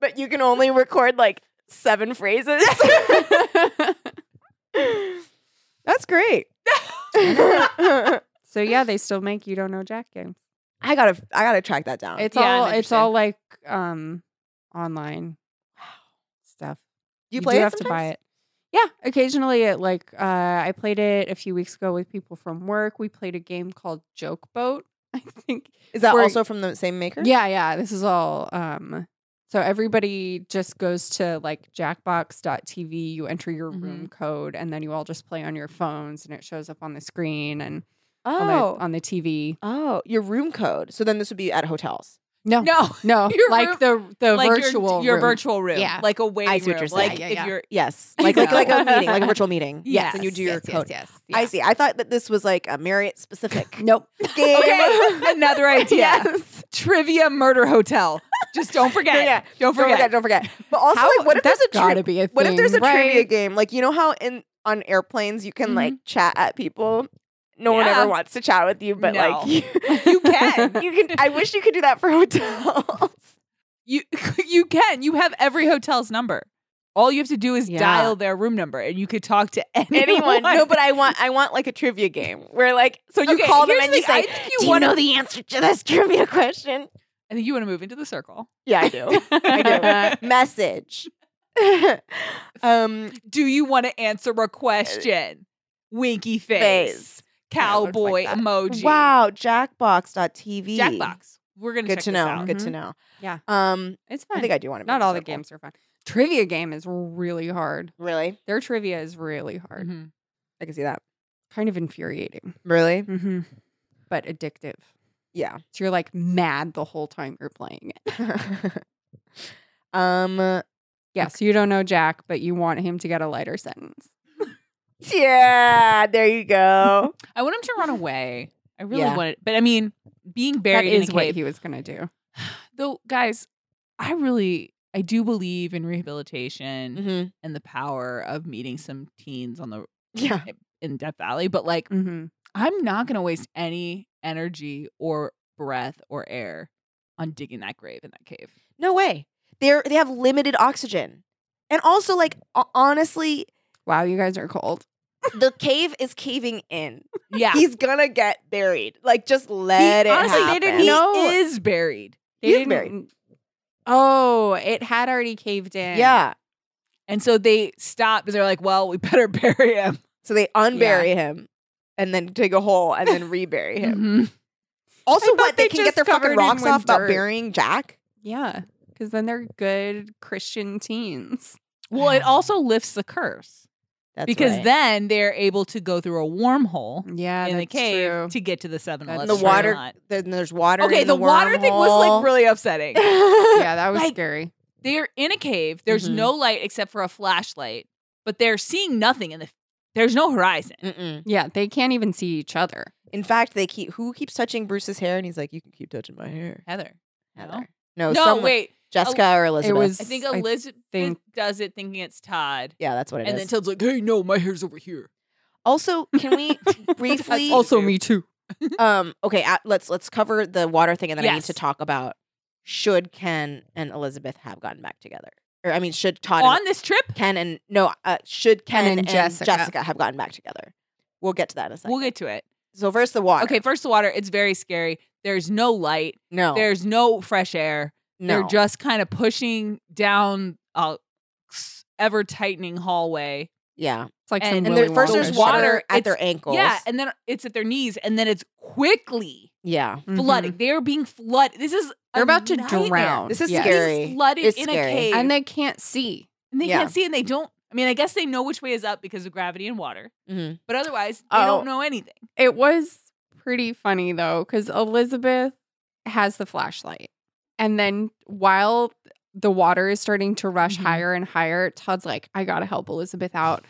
B: but you can only record like seven phrases. That's great. I
C: so yeah, they still make you don't know Jack games.
B: gotta I gotta track that down.
C: It's
D: Yeah, I
C: all it's
D: understand.
C: all like um online stuff.
B: Do you
C: do
B: play it
C: have to buy it. Yeah, occasionally it like uh, I played it a few weeks ago with people from work. We played a game called Joke Boat. I think
B: Is that
C: Where-
B: also from the same maker?
C: Yeah, yeah. This is all um so everybody just goes to like jackbox.tv, you enter your room code and then you all just play on your phones and it shows up on the screen and on the,
B: Oh.
C: on the TV.
B: Oh, your room code. So then this would be at hotels.
C: No.
D: no,
C: No,
D: Your
C: like the the
D: like your-
C: virtual
D: your,
C: room.
D: virtual room,
E: Yeah.
D: like a waiting
B: I see what
D: room.
B: you're saying.
D: like
E: Yeah, yeah,
D: if
E: yeah.
D: you're
B: Yes, like like, like a meeting, like a virtual meeting.
D: Yes,
B: when you do your
E: yes,
B: code.
E: Yes, yes,
B: I see. I thought that this was like a Marriott specific
C: Nope.
B: game.
D: okay, another idea.
B: Yes.
D: Trivia murder hotel. Just don't forget.
B: Yeah, yeah.
D: Don't
B: Don't forget.
D: forget.
B: Don't forget. But also,
C: How-
B: like, what if there's
C: that's
B: a tri-
C: gotta be a
B: what if there's a
C: thing,
B: trivia
C: right?
B: game? Like, you know how in on airplanes you can like chat at people. No one
D: Yeah.
B: ever wants to chat with you, but
D: No.
B: like you,
D: You can.
B: you can. I wish you could do that for hotels.
D: You you can. You have every hotel's number. All you have to do is
C: Yeah.
D: dial their room number, and you could talk to anyone.
B: Anyone? No, but I want. I want like a trivia game where like so you
D: Okay,
B: call them
D: here's
B: and
D: the
B: you
D: thing. I
B: say,
D: think you
B: "Do you
D: wanna-
B: know the answer to this trivia question?"
D: and you want to move into the circle.
B: Yeah, I do. I do. Message. um,
D: Do you want to answer a question? Winky face,
B: Face. Oh,
D: cowboy
B: Yeah, it
D: emoji.
B: wow, Jackbox.tv.
D: Jackbox. We're gonna
B: Good
D: check
B: to
D: this
B: know.
D: out.
B: Good to
C: Mhm.
B: know.
C: Yeah.
B: Um,
C: It's fun.
B: I think I do want to.
C: Not all the games are fun. Trivia game is really hard.
B: Really,
C: Their trivia is really hard.
D: Mhm.
B: I can see that.
C: Kind of infuriating.
B: Really?
C: Mm-hmm. But addictive.
B: Yeah.
C: So you're like mad the whole time you're playing it.
B: um.
C: Yeah, so you don't know Jack, but you want him to get a lighter sentence.
B: Yeah. There you go.
D: I want him to run away. I really
B: Yeah.
D: want it, but I mean, being
C: That
D: buried in
C: is
D: a
C: what
D: cave.
C: he was gonna do.
D: though, guys, I really, I do believe in rehabilitation
B: mm-hmm.
D: and the power of meeting some teens on the
B: Yeah.
D: in Death Valley. But like,
C: Mm-hmm.
D: I'm not gonna waste any energy or breath or air on digging that grave in that cave.
B: No way. They're they have limited oxygen, and also like o- honestly,
C: Wow, you guys are cold.
B: the cave is caving in.
D: Yeah,
B: He's gonna get buried. Like just let
D: He-
B: it.
D: honestly, they didn't
B: happen.
C: know-
D: He is buried,
B: He is married.
C: didn't- Oh, it had already caved in.
B: Yeah.
D: and so they stopped. They're like, "Well, we better bury him."
B: So they unbury him, and then dig a hole and then rebury him.
D: Mhm.
C: I
B: Also, what
C: thought
B: they,
C: they
B: can get
C: just
B: their
C: covered in
B: fucking rocks
C: with
B: off about
C: dirt.
B: burying Jack.
C: Yeah. Because then they're good Christian teens.
D: Well, it also lifts the curse
B: That's
D: because
B: right. Mm,
D: then they're able to go through a wormhole
C: Yeah,
D: in the cave
C: True.
D: to get to the 7 Eleven.
C: The
B: water- then there's water.
D: Okay,
B: in
D: the, water thing was like really upsetting.
B: really.
C: Yeah, that was
D: Like-
C: scary.
D: they're in a cave, there's
B: Mhm.
D: no light except for a flashlight, but they're seeing nothing in the there's no horizon.
B: Mm-mm.
C: Yeah, they can't even see each other.
B: In fact, they keep who keeps touching Bruce's hair, and he's like, "You can keep touching my hair."
D: Heather. No.
B: Heather.
D: No,
B: No, someone,
D: wait. Oh,
B: Jessica or Elizabeth.
C: It was
D: I think
C: I
D: Elizabeth
C: think-
D: does it thinking it's Todd.
B: yeah, that's what it is.
D: and then Todd's like, hey, no, my hair's over here.
B: also, can we briefly?
C: also me too.
B: um, okay, uh, let's let's cover the water thing, and then I need
D: Yes.
B: to talk about should Ken and Elizabeth have gotten back together, or I mean, should Todd and
D: On this trip,
B: Ken and no, uh, should Ken, and, Jessica. have gotten back together? We'll get to that in a second.
D: we'll get to it.
B: so first the water.
D: Okay, first the water, it's very scary. There's no light,
B: no,
D: there's no fresh air.
B: no.
D: They're just kind of pushing down a ever tightening hallway.
B: yeah.
C: It's like
D: And-
C: some
B: And
C: Willy
B: there, first
C: Wonka
B: there's
C: shit.
B: water at
D: It's-
B: their ankles.
D: Yeah, and then it's at their knees, and then it's quickly
B: yeah.
C: Mhm.
D: flooding. They are being flooded. This is
C: They're
D: a
C: about to
D: nightmare.
C: drown.
B: This is
C: Yes.
D: Being
B: scary.
D: flooded
B: It's
D: in
B: scary.
D: a cave,
C: And they can't see.
D: And they
B: Yeah.
D: can't see, and they don't. I mean, I guess they know which way is up because of gravity and water,
B: Mhm.
D: but otherwise they
C: Oh.
D: don't know anything.
C: It was pretty funny though, because Elizabeth has the flashlight. And then while the water is starting to rush
D: Mhm.
C: higher and higher, Todd's like, I gotta help Elizabeth out.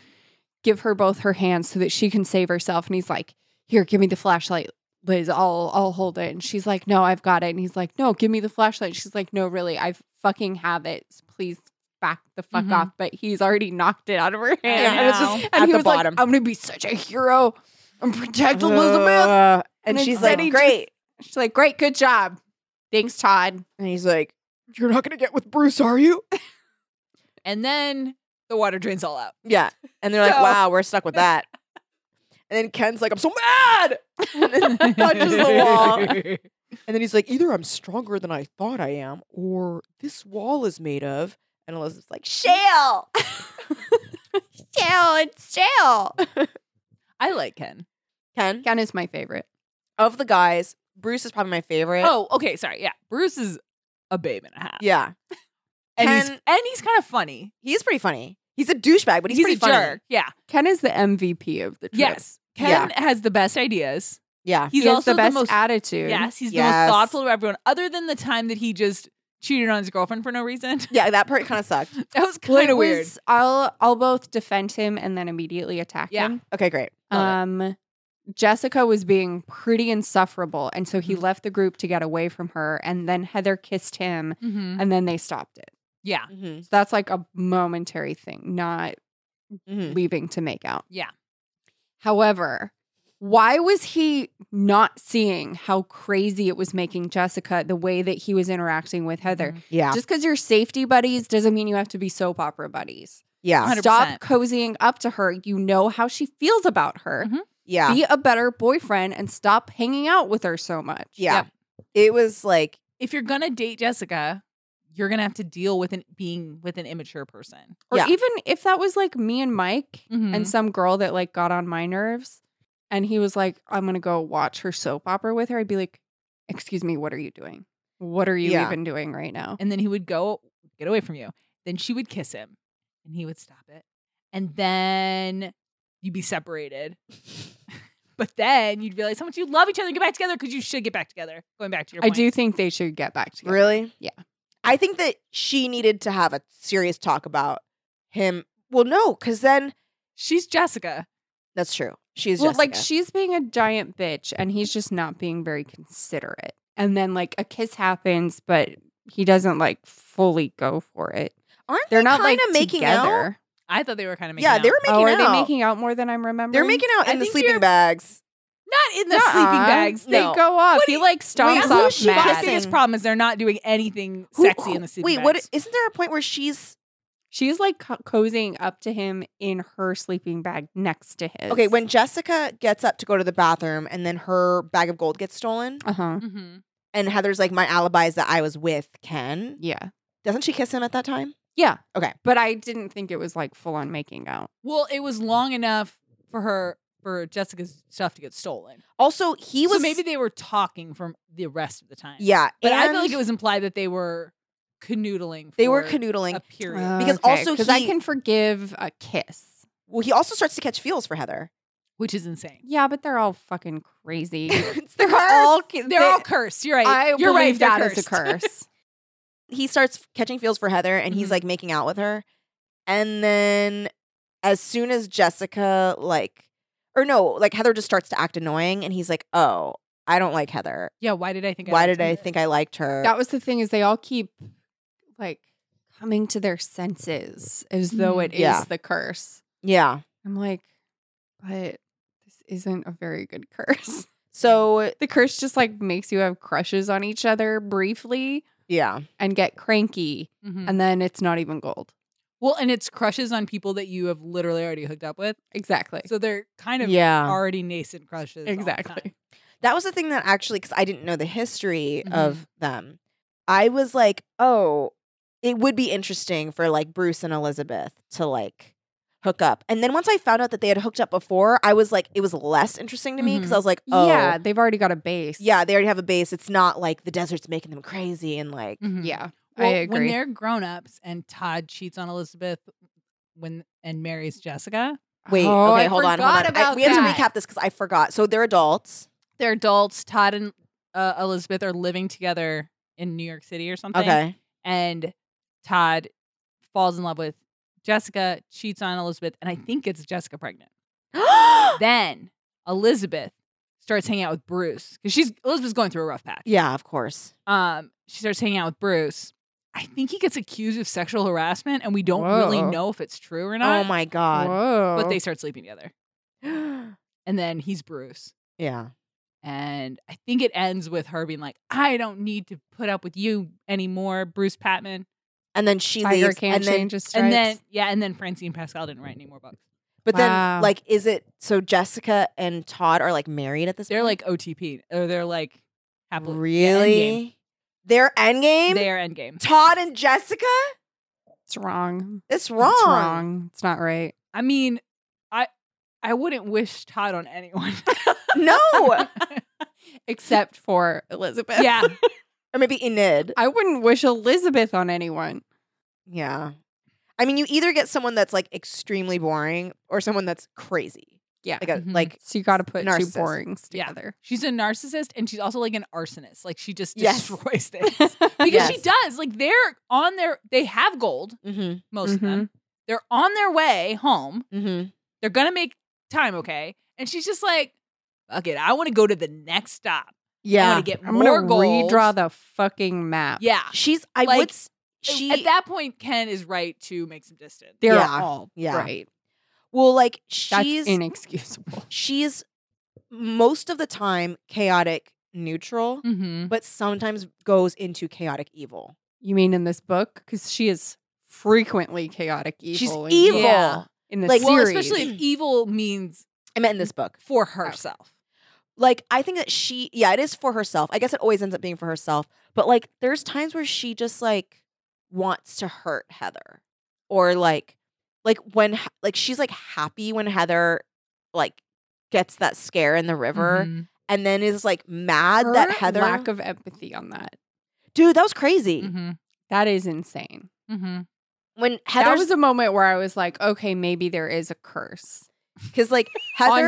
C: Give her both her hands so that she can save herself. And he's like, Here, give me the flashlight, Liz. I'll I'll hold it. And she's like, No, I've got it. And he's like, No, give me the flashlight. She's like, No, really, I fucking have it. Please back the fuck
D: Mhm.
C: off. But he's already knocked it out of her hand. And it's just
D: know.
C: and
B: At
C: he
B: the
C: was
B: bottom.
C: like, I'm gonna be such a hero and protect Elizabeth.
B: Uh,
C: And
B: and she's
C: instead
B: like,
C: he just-
B: great.
C: She's like, Great, good job. Thanks, Todd.
B: and he's like, you're not going to get with Bruce, are you?
D: And then the water drains all out.
B: Yeah. And they're like,
D: So-
B: wow, we're stuck with that. And then Ken's like, I'm so mad. And then punches the wall. And then he's like, either I'm stronger than I thought I am, or this wall is made of. And Elizabeth's like, shale.
C: Jail, it's jail.
D: I like Ken.
B: Ken,
C: Ken is my favorite.
B: of the guys, Bruce is probably my favorite.
D: Oh, okay, sorry. Yeah, Bruce is a babe and a half.
B: yeah.
D: and
B: Ken-
D: he's and he's kind of funny.
B: He's pretty funny. He's a douchebag, but he's,
D: he's
B: pretty
D: a
B: funny.
D: jerk. Yeah.
C: Ken is the MVP of the trip.
D: Yes. Ken has the best ideas.
B: Yeah.
D: He's
C: he has
D: also
C: the best
D: most
C: attitude.
D: Yes, he's the
B: Yes.
D: most thoughtful of everyone. Other than the time that he just cheated on his girlfriend for no reason,
B: Yeah, that part kind of sucked.
D: that was
C: Well,
D: kind
C: it
D: of weird.
C: was- I'll I'll both defend him and then immediately attack
D: Yeah.
C: him.
B: Okay, great. Love
C: Um Jessica was being pretty insufferable, and so he left the group to get away from her. And then Heather kissed him,
D: Mhm.
C: and then they stopped it.
D: Yeah,
B: it. Mhm,
C: So that's like a momentary thing, not
B: mhm.
C: leaving to make out.
D: yeah.
C: However, why was he not seeing how crazy it was making Jessica the way that he was interacting with Heather?
D: Mm-hmm.
B: Yeah.
C: Just because you're safety buddies doesn't mean you have to be soap opera buddies.
B: yeah.
D: 100%.
C: Stop cozying up to her. You know how she feels about her.
D: Mhm.
B: Yeah.
C: Be a better boyfriend and stop hanging out with her so much.
B: Yeah. It was like,
D: If you're gonna date Jessica, you're gonna have to deal with an being with an immature person.
C: Or
B: Yeah.
C: even if that was like me and Mike and
B: Mm-hmm.
D: And
C: some girl that like got on my nerves and he was like i'm gonna go watch her soap opera with her i'd be like excuse me what are you doing what are you
B: Yeah.
C: even doing right now
D: and then he would go get away from you. Then she would kiss him, and he would stop it. And then you'd be separated. but then you'd realize how much you love each other. Get back together because you should get back together. Going back to your,
C: i
D: point.
C: do think they should get back together
B: really?
C: Yeah.
B: I think that she needed to have a serious talk about him. Well, no, because then
D: She's Jessica.
B: that's true. She's
C: well
B: just
C: like she's being a giant bitch and he's just not being very considerate and then like a kiss happens but he doesn't like fully go for it
B: aren't
C: they're not like
B: kind of making out?
C: together
D: I thought they were kind of making
B: Yeah, they
D: out.
B: were making
C: oh are
B: out.
C: they making out more than i'm remembering
B: They're making out
D: I
B: in the
D: think
B: sleeping
D: you're-
B: bags.
D: not in the
C: Nuh-uh.
D: sleeping bags.
C: they
B: No.
C: go off
D: What do
C: he
D: you-
C: like stomps
B: who's
C: off
B: she
C: mad.
D: That's the
B: kissing?
D: biggest problem is they're not doing anything
B: Who-
D: sexy
B: who-
D: in the sleeping
B: Wait,
D: bags.
B: what? Isn't there a point where she's
C: She's like co- cozying up to him in her sleeping bag next to his.
B: okay? When Jessica gets up to go to the bathroom, and then her bag of gold gets stolen,
C: Uh huh.
D: Mhm.
B: and Heather's like, "My alibi is that I was with Ken."
C: Yeah.
B: Doesn't she kiss him at that time?
C: Yeah.
B: Okay.
C: But I didn't think it was like full on making out.
D: Well, it was long enough for her for Jessica's stuff to get stolen.
B: Also, he was
D: so maybe they were talking from the rest of the time.
B: yeah,
D: But I
B: and
D: feel like it was implied that they were canoodling. For
B: they were
D: a
B: canoodling.
D: period.
B: Because
C: Uh,
B: also
C: because I
B: he-
C: can forgive a kiss.
B: Well, he also starts to catch feels for Heather.
D: which is insane.
C: Yeah, but they're all fucking crazy.
B: It's
C: they're
B: the curse.
C: all.
D: They're
C: they-
D: all cursed. You're right.
C: I
D: You're right.
C: believe
D: they're
C: that is
D: cursed.
C: a curse.
B: he starts catching feels for Heather, and he's
D: Mhm.
B: like making out with her, and then as soon as Jessica like, or no, like Heather just starts to act annoying, and he's like, "Oh, I don't like Heather.
D: yeah. Why did I think?
B: Why
D: liked
B: did I
D: him?
B: think I liked her?"
C: that was the thing is they all keep like coming to their senses as though
D: Mhm.
C: it is
B: Yeah.
C: the curse.
B: yeah.
C: I'm like, but this isn't a very good curse.
B: So
C: the curse just like makes you have crushes on each other briefly
B: yeah,
C: and get cranky
D: Mhm.
C: and then it's not even gold
D: Well, and it's crushes on people that you have literally already hooked up with.
C: exactly
D: So they're kind of
B: yeah.
D: already nascent crushes. all the
C: exactly
D: time.
B: That was the thing that actually, because I didn't know the history of them, I was like, oh, it would be interesting for like Bruce and Elizabeth to like hook up. And then once I found out that they had hooked up before, I was like, it was less interesting to me because I was like, oh,
C: yeah
B: yeah.
C: they've already got a base
B: they already have a base. It's not like the desert's making them crazy and like,
D: Mhm.
C: yeah i
D: Well,
C: agree
D: When they're grown ups and Todd cheats on Elizabeth when and marries Jessica.
B: Wait,
C: Oh,
B: okay,
C: I
B: hold on, hold on.
C: forgot
B: I-
C: about
B: we have
C: that.
B: to recap this because I forgot. So they're adults.
D: They're adults. Todd and uh, Elizabeth are living together in New York City or something.
B: Okay.
D: and Todd falls in love with Jessica, cheats on Elizabeth, and I
B: Mm.
D: think gets Jessica pregnant. then Elizabeth starts hanging out with Bruce because she's Elizabeth's going through a rough patch.
B: Yeah, of course.
D: Um, she starts hanging out with Bruce. I think he gets accused of sexual harassment, and we don't really
C: Whoa.
D: know if it's true or
B: Oh
D: not.
B: my god.
C: Whoa.
D: But they start sleeping together, and then he's Bruce.
B: Yeah.
D: And I think it ends with her being like, "I don't need to put up with you anymore, Bruce Patman."
B: And then she
C: Tiger
B: leaves.
C: can't
B: and then,
C: change his stripes.
D: And then, yeah, and then Francine Pascal didn't write any more books.
B: but
C: Wow.
B: then like, is it so Jessica and Todd are like married at this
D: They're
B: point?
D: like OTP, or they're like happily
B: Really? Their endgame?
D: They are endgame.
B: Todd and Jessica?
C: it's wrong.
B: It's wrong.
C: It's wrong. It's not right.
D: I mean, I I wouldn't wish Todd on anyone.
B: No.
C: Except for Elizabeth.
D: yeah,
B: or maybe Enid.
C: I wouldn't wish Elizabeth on anyone.
B: Yeah. I mean, you either get someone that's like extremely boring or someone that's crazy.
C: Yeah.
B: Like a
D: Mhm.
B: like
C: So you got to put two
B: Narcissist.
C: borings
D: Yeah.
C: together.
D: she's a narcissist, and she's also like an arsonist. Like she just
B: Yes.
D: destroys things because she
B: Yes.
D: does. Like they're on their, they have gold.
B: mm-hmm,
D: Most of them. They're on their way home.
B: mm-hmm.
D: They're gonna make time, okay? And she's just like, "Fuck it, I want to go to the next stop. I
B: Yeah.
D: want to get
C: I'm
D: more
C: gonna
D: gold.
C: redraw the fucking map.
D: yeah."
B: She's I
D: Like,
B: would s- she
D: At that point, Ken is right to make some distance.
C: They're
B: Yeah.
C: all
B: Yeah.
C: right.
B: well like
C: That's
B: she's
C: inexcusable.
B: she's most of the time chaotic neutral,
D: Mm-hmm.
B: but sometimes goes into chaotic evil.
C: You mean in this book? Because she is frequently chaotic evil. in-
B: She's evil.
D: Yeah.
C: in the
B: Like,
D: well,
C: series.
D: especially if evil means
B: I meant in this book.
D: for herself.
B: Like I think that she yeah, it is for herself. I guess it always ends up being for herself. But like there's times where she just like wants to hurt Heather. Or like like when H- like she's like happy when Heather like gets that scare in the river
D: Mhm.
B: and then is like mad
C: Mm-hmm. Her
B: that Heather
C: lack of empathy on that.
B: Dude, that was crazy.
D: Mhm.
C: That is insane.
D: Mhm.
B: When
C: that
B: Heather's
C: was a moment where I was like, okay, maybe there is a curse
B: cuz like Heather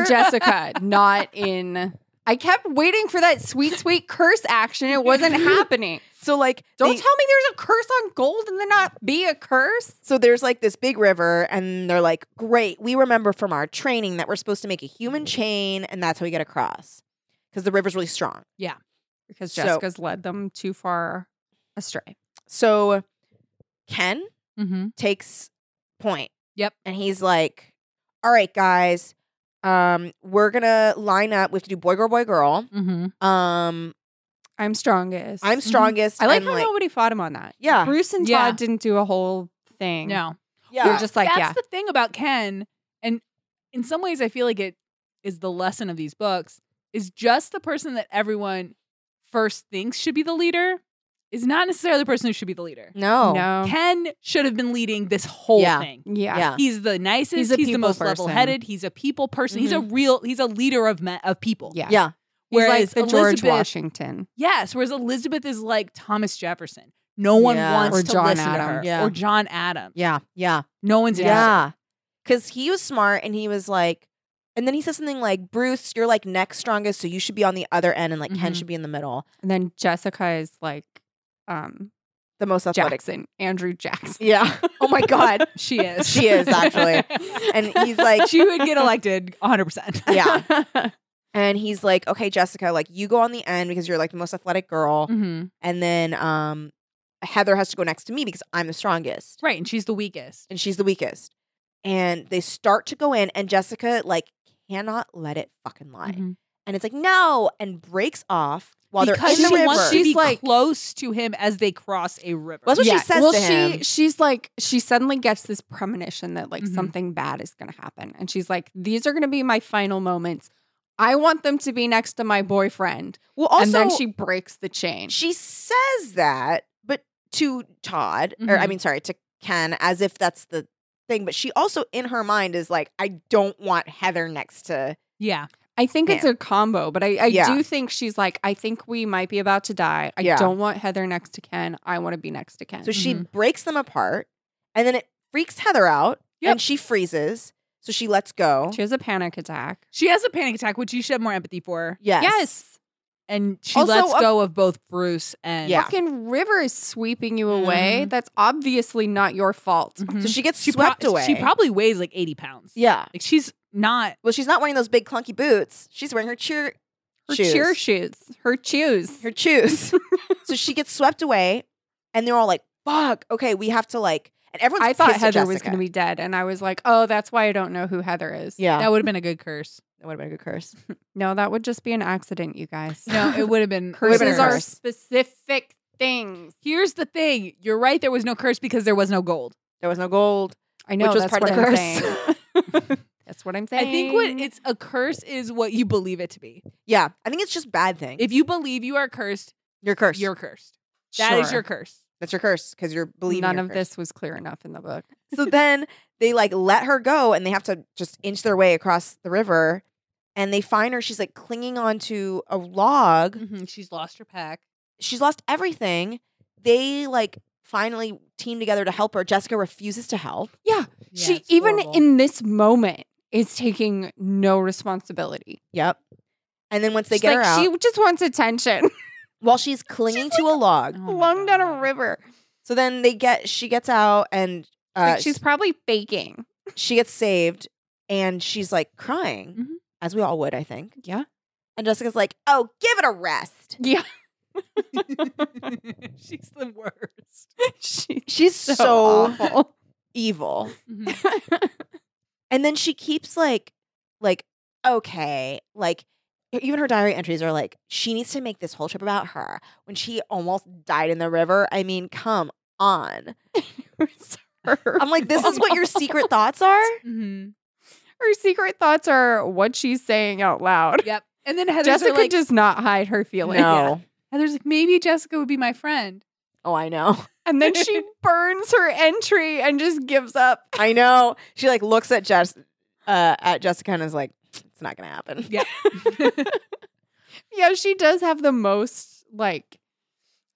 C: on Jessica, not in. I kept waiting for that sweet, sweet curse action. It wasn't happening.
B: so like
C: Don't
B: they-
C: tell me there's a curse on gold and then not be a curse.
B: So there's like this big river, and they're like, great, we remember from our training that we're supposed to make a
C: Mm-hmm.
B: human chain, and that's how we get across because the river's really strong.
C: Because
B: So-
C: Jessica's led them too far astray.
B: So Ken
D: Mhm.
B: Mm-hmm. takes point.
D: Yep.
B: And he's like, all right, guys, um, we're going to line up. We have to do boy, girl, boy, girl.
D: Mhm.
B: Um,
C: I'm strongest.
B: I'm strongest.
C: Mm-hmm. I like
B: I'm
C: how nobody fought him on that.
B: Yeah.
C: Bruce and Todd
D: Yeah.
C: didn't do a whole thing.
D: No.
C: They were
B: Yeah.
C: just like,
D: That's
C: yeah.
D: the thing about Ken and in some ways I feel like it is the lesson of these books is just the person that everyone first thinks should be the leader is not necessarily the person who should be the leader.
B: no.
C: no.
D: Ken should have been leading this whole
B: Yeah.
D: thing.
C: yeah.
B: Yeah.
D: He's the nicest. He's,
C: He's a
D: the
C: people
D: most
C: person.
D: level-headed. He's a people person. He's a real. He's a leader of men, of people.
C: Yeah.
B: Mm-hmm. Yeah.
C: He's
D: Whereas
C: like the George
D: Elizabeth-
C: Washington.
D: Yes. Whereas Elizabeth is like Thomas Jefferson. No one
B: Yeah.
D: wants
C: Or
D: to
C: John
D: listen to her.
C: Adams.
B: Yeah.
D: Or John Adams.
B: Yeah. Yeah.
D: No one's interested.
B: Yeah. Cause he was smart and he was like, and then he says something like, Bruce, you're like next strongest, so you should be on the other end and like Ken
D: Mhm.
B: should be in the middle.
C: And then Jessica is like um
B: The most athletic.
C: Jackson, Andrew Jackson.
B: Yeah. Oh my God.
D: She is.
B: She is, actually. And he's like-
D: she would get elected 100. percent
B: Yeah. and he's like, okay, Jessica, like you go on the end because you're like the most athletic
D: Mm-hmm.
B: girl. And then um Heather has to go next to me because I'm the strongest
D: Right. And she's the weakest.
B: and she's the weakest. And they start to go in and Jessica like cannot let it fucking lie.
D: Mhm.
B: And it's like, no, and breaks off while
D: because
B: they're in
D: she
B: the river.
D: wants to be
C: She's like-
D: close to him as they cross a river.
B: That's what she
C: Yeah.
B: says
C: Well,
B: to
C: she
B: him.
C: she's like she suddenly gets this premonition that like
D: Mhm.
C: something bad is going to happen, and she's like, "These are going to be my final moments. I want them to be next to my boyfriend."
B: well, also
C: and then she breaks the chain.
B: she says that, but to Todd, or I
C: Mm-hmm.
D: Mhm.
B: mean, sorry, to Ken, as if that's the thing. But she also, in her mind, is like, I don't want Heather next to.
D: Yeah.
C: I think it's
B: Yeah.
C: a combo, but I, I
B: Yeah.
C: do think she's like, I think we might be about to die. I
B: Yeah.
C: don't want Heather next to Ken. I want to be next to Ken.
B: So she
D: Mhm.
B: breaks them apart, and then it freaks Heather out,
D: Yep.
B: and she freezes, so she lets go.
C: She has a panic attack.
D: She has a panic attack, which you should have more empathy for.
B: Yes.
D: And she
B: Also,
D: lets
B: a-
D: go of both Bruce and
B: Yeah. Mm-hmm.
C: Fucking river is sweeping you away. That's obviously not your fault.
D: Mm-hmm.
B: So she gets
D: She pro-
B: swept away.
D: She probably weighs like eighty pounds.
B: yeah.
D: Like she's not
B: Well, she's not wearing those big clunky boots. She's wearing her cheer
C: Her
B: shoes.
C: cheer shoes. Her shoes.
B: her shoes. so she gets swept away, and they're all like, "Fuck, okay, we have to like." And everyone's
C: I thought
B: pissed at
C: Heather was
B: Jessica.
C: going to be dead, and I was like, "Oh, that's why I don't know who Heather is."
B: Yeah,
D: that would have been a good curse.
B: that would have been a good curse.
C: No, that would just be an accident, you guys.
D: No, it would have been
B: Would've been a
C: curses are
B: curse.
C: specific things.
D: Here's the thing. You're right, there was no curse because there was no gold.
B: There was no gold,
C: I know
B: which was
C: that's
B: part
C: what
B: of the
C: I'm saying.
B: curse.
C: That's what I'm
D: I
C: saying.
D: think what it's a curse is what you believe it to be.
B: yeah, I think it's just bad things.
D: If you believe you are cursed,
B: your curse,
D: you're cursed. That is
C: Sure.
D: your curse.
B: that's your curse because you're believing
C: none
B: your
C: of
B: curse.
C: this was clear enough in the book.
B: so then they like let her go and they have to just inch their way across the river and they find her she's like clinging onto a
C: Mm-hmm.
B: log
D: She's lost her pack.
B: she's lost everything they like finally team together to help her jessica refuses to help
C: she
D: it's
C: even
D: horrible.
C: in this moment is taking no responsibility.
B: yep and then once they
C: She's
B: get
C: like,
B: her out
C: She just wants attention.
B: while she's clinging to a log
D: Oh my
C: Flung down a
D: God.
C: river.
B: so then they get she gets out and uh,
C: like she's probably faking.
B: she gets saved and she's like crying
D: Mhm.
B: as we all would i think
C: Yeah.
B: and jessica's like oh give it a rest
C: Yeah.
D: She's the worst.
C: She's
B: she's
C: so,
B: so,
C: awful.
B: evil
D: Mm-hmm.
B: And then she keeps like, like, okay, like e-" even her diary entries are like, she needs to make this whole trip about her when she almost died in the river. I mean, come on. I'm like, this is what your secret thoughts are? Mm-hmm.
D: Mhm.
C: Her secret thoughts are what she's saying out loud.
D: Yep. And then Heather's
C: Jessica
D: Jessica like,
C: does not hide her feelings.
D: Heather's like, maybe Jessica would be my friend.
B: Oh, I know.
C: And then she burns her entry and just gives up.
B: I know. She like looks at Jess uh at Jessica and is like, it's not gonna happen.
D: Yeah.
C: Yeah, she does have the most like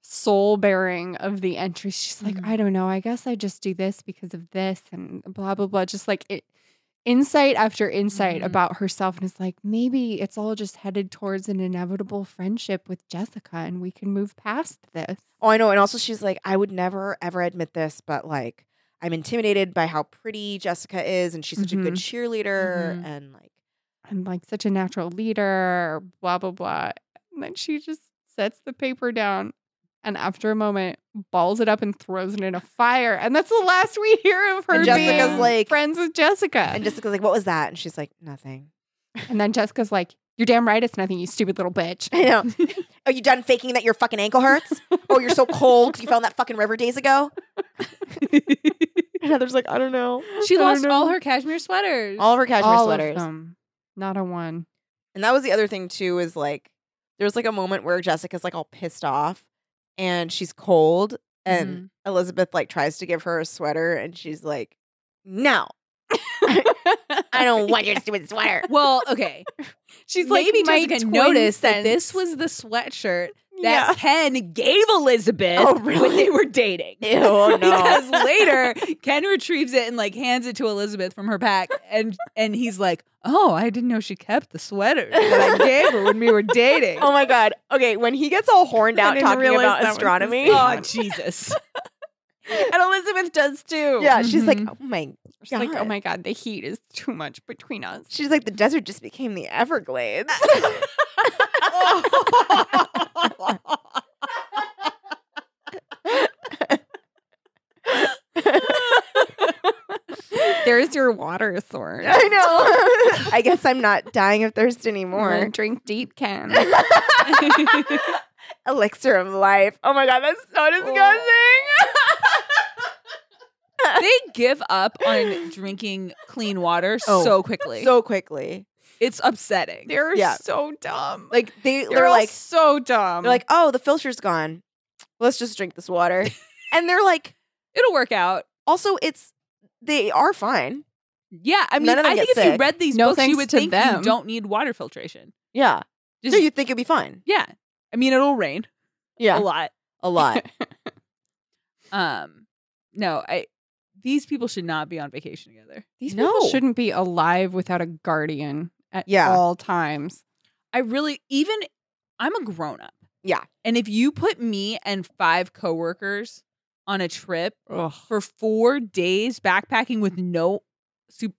C: soul bearing of the entries. She's like,
D: Mhm.
C: I don't know. I guess I just do this because of this and blah blah blah. Just like it, insight after insight
D: Mhm.
C: about herself, and it's like maybe it's all just headed towards an inevitable friendship with Jessica, and we can move past this.
B: Oh, I know. And also she's like, I would never ever admit this, but like I'm intimidated by how pretty Jessica is and she's such a good cheerleader
D: Mhm.
B: and like
C: I'm like such a natural leader, blah, blah, blah. And then she just sets the paper down and after a moment balls it up and throws it in a fire. And that's the last we hear of her
B: And
D: Jessica's
C: being
B: like-
C: friends with Jessica.
B: And
C: And,
B: Jessica's like, "What was that?" And she's like, "Nothing."
C: then Jessica's like, You're damn right it's nothing, you stupid little bitch.
B: I know. Are you done faking that your fucking ankle hurts? oh, you're so cold 'cause you fell in that fucking river days ago. and Heather's like, "I don't know."
D: She
C: I don't
D: lost all
C: know.
D: her cashmere sweaters.
B: All of her cashmere
C: All
B: sweaters.
C: of them. Not a one.
B: And that was the other thing too is like, there's like a moment where Jessica's like all pissed off, and she's cold, and Elizabeth like tries to give her a sweater, and she's like, "No, I don't want your stupid sweater."
D: Well, okay.
C: She's
D: Maybe
C: "My
D: Jessica
C: twin
D: noticed
C: sense."
D: that this was the sweatshirt that
C: Yeah.
D: Ken gave Elizabeth
B: Oh,
D: when
B: really?
D: they were dating.
B: Ew, no.
D: because later Ken retrieves it and like hands it to Elizabeth from her pack, and and he's like, "Oh, I didn't know she kept the sweater that I gave her when we were dating."
B: Oh my god. Okay, when he gets all horned
C: I
B: out
C: didn't
B: talking
C: realize that
B: about
C: was his
B: astronomy.
D: Oh, Jesus!
C: And Elizabeth does too.
B: Yeah, she's like,
D: Mhm.
B: oh my
C: She's like, Oh
B: God.
C: my god, the heat is too much between us.
B: She's like, the desert just became the Everglades. Oh.
C: There's your water source.
B: I know. I guess I'm not dying of thirst anymore.
C: drink deep can.
B: Elixir of life. Oh my God, that's so disgusting.
D: they give up on drinking clean water
B: Oh,
D: so quickly.
B: so quickly.
D: it's upsetting.
C: They're
B: Yeah.
C: so dumb.
B: Like, they,
C: they're,
B: they're
C: like
B: like,
C: so dumb.
B: they're like, oh, the filter's gone. Let's just drink this water. And they're like,
D: It'll work out.
B: also, it's, they are fine.
D: Yeah, I mean,
B: None of them
D: I think
B: get
D: if you
B: sick.
D: read these
C: No
D: books,
C: thanks
D: you would
C: to
D: think
C: them.
D: you don't need water filtration.
B: Yeah.
D: Just
B: so you think it'd be fine.
D: yeah. I mean, it'll rain
B: Yeah.
D: a lot.
B: A lot.
D: Um, no, I These people should not be on vacation together.
C: These
B: No.
C: people shouldn't be alive without a guardian at
B: Yeah.
C: all times.
D: I really even I'm a grown up.
B: Yeah.
D: And if you put me and five coworkers on a trip for 4 days backpacking with no sup-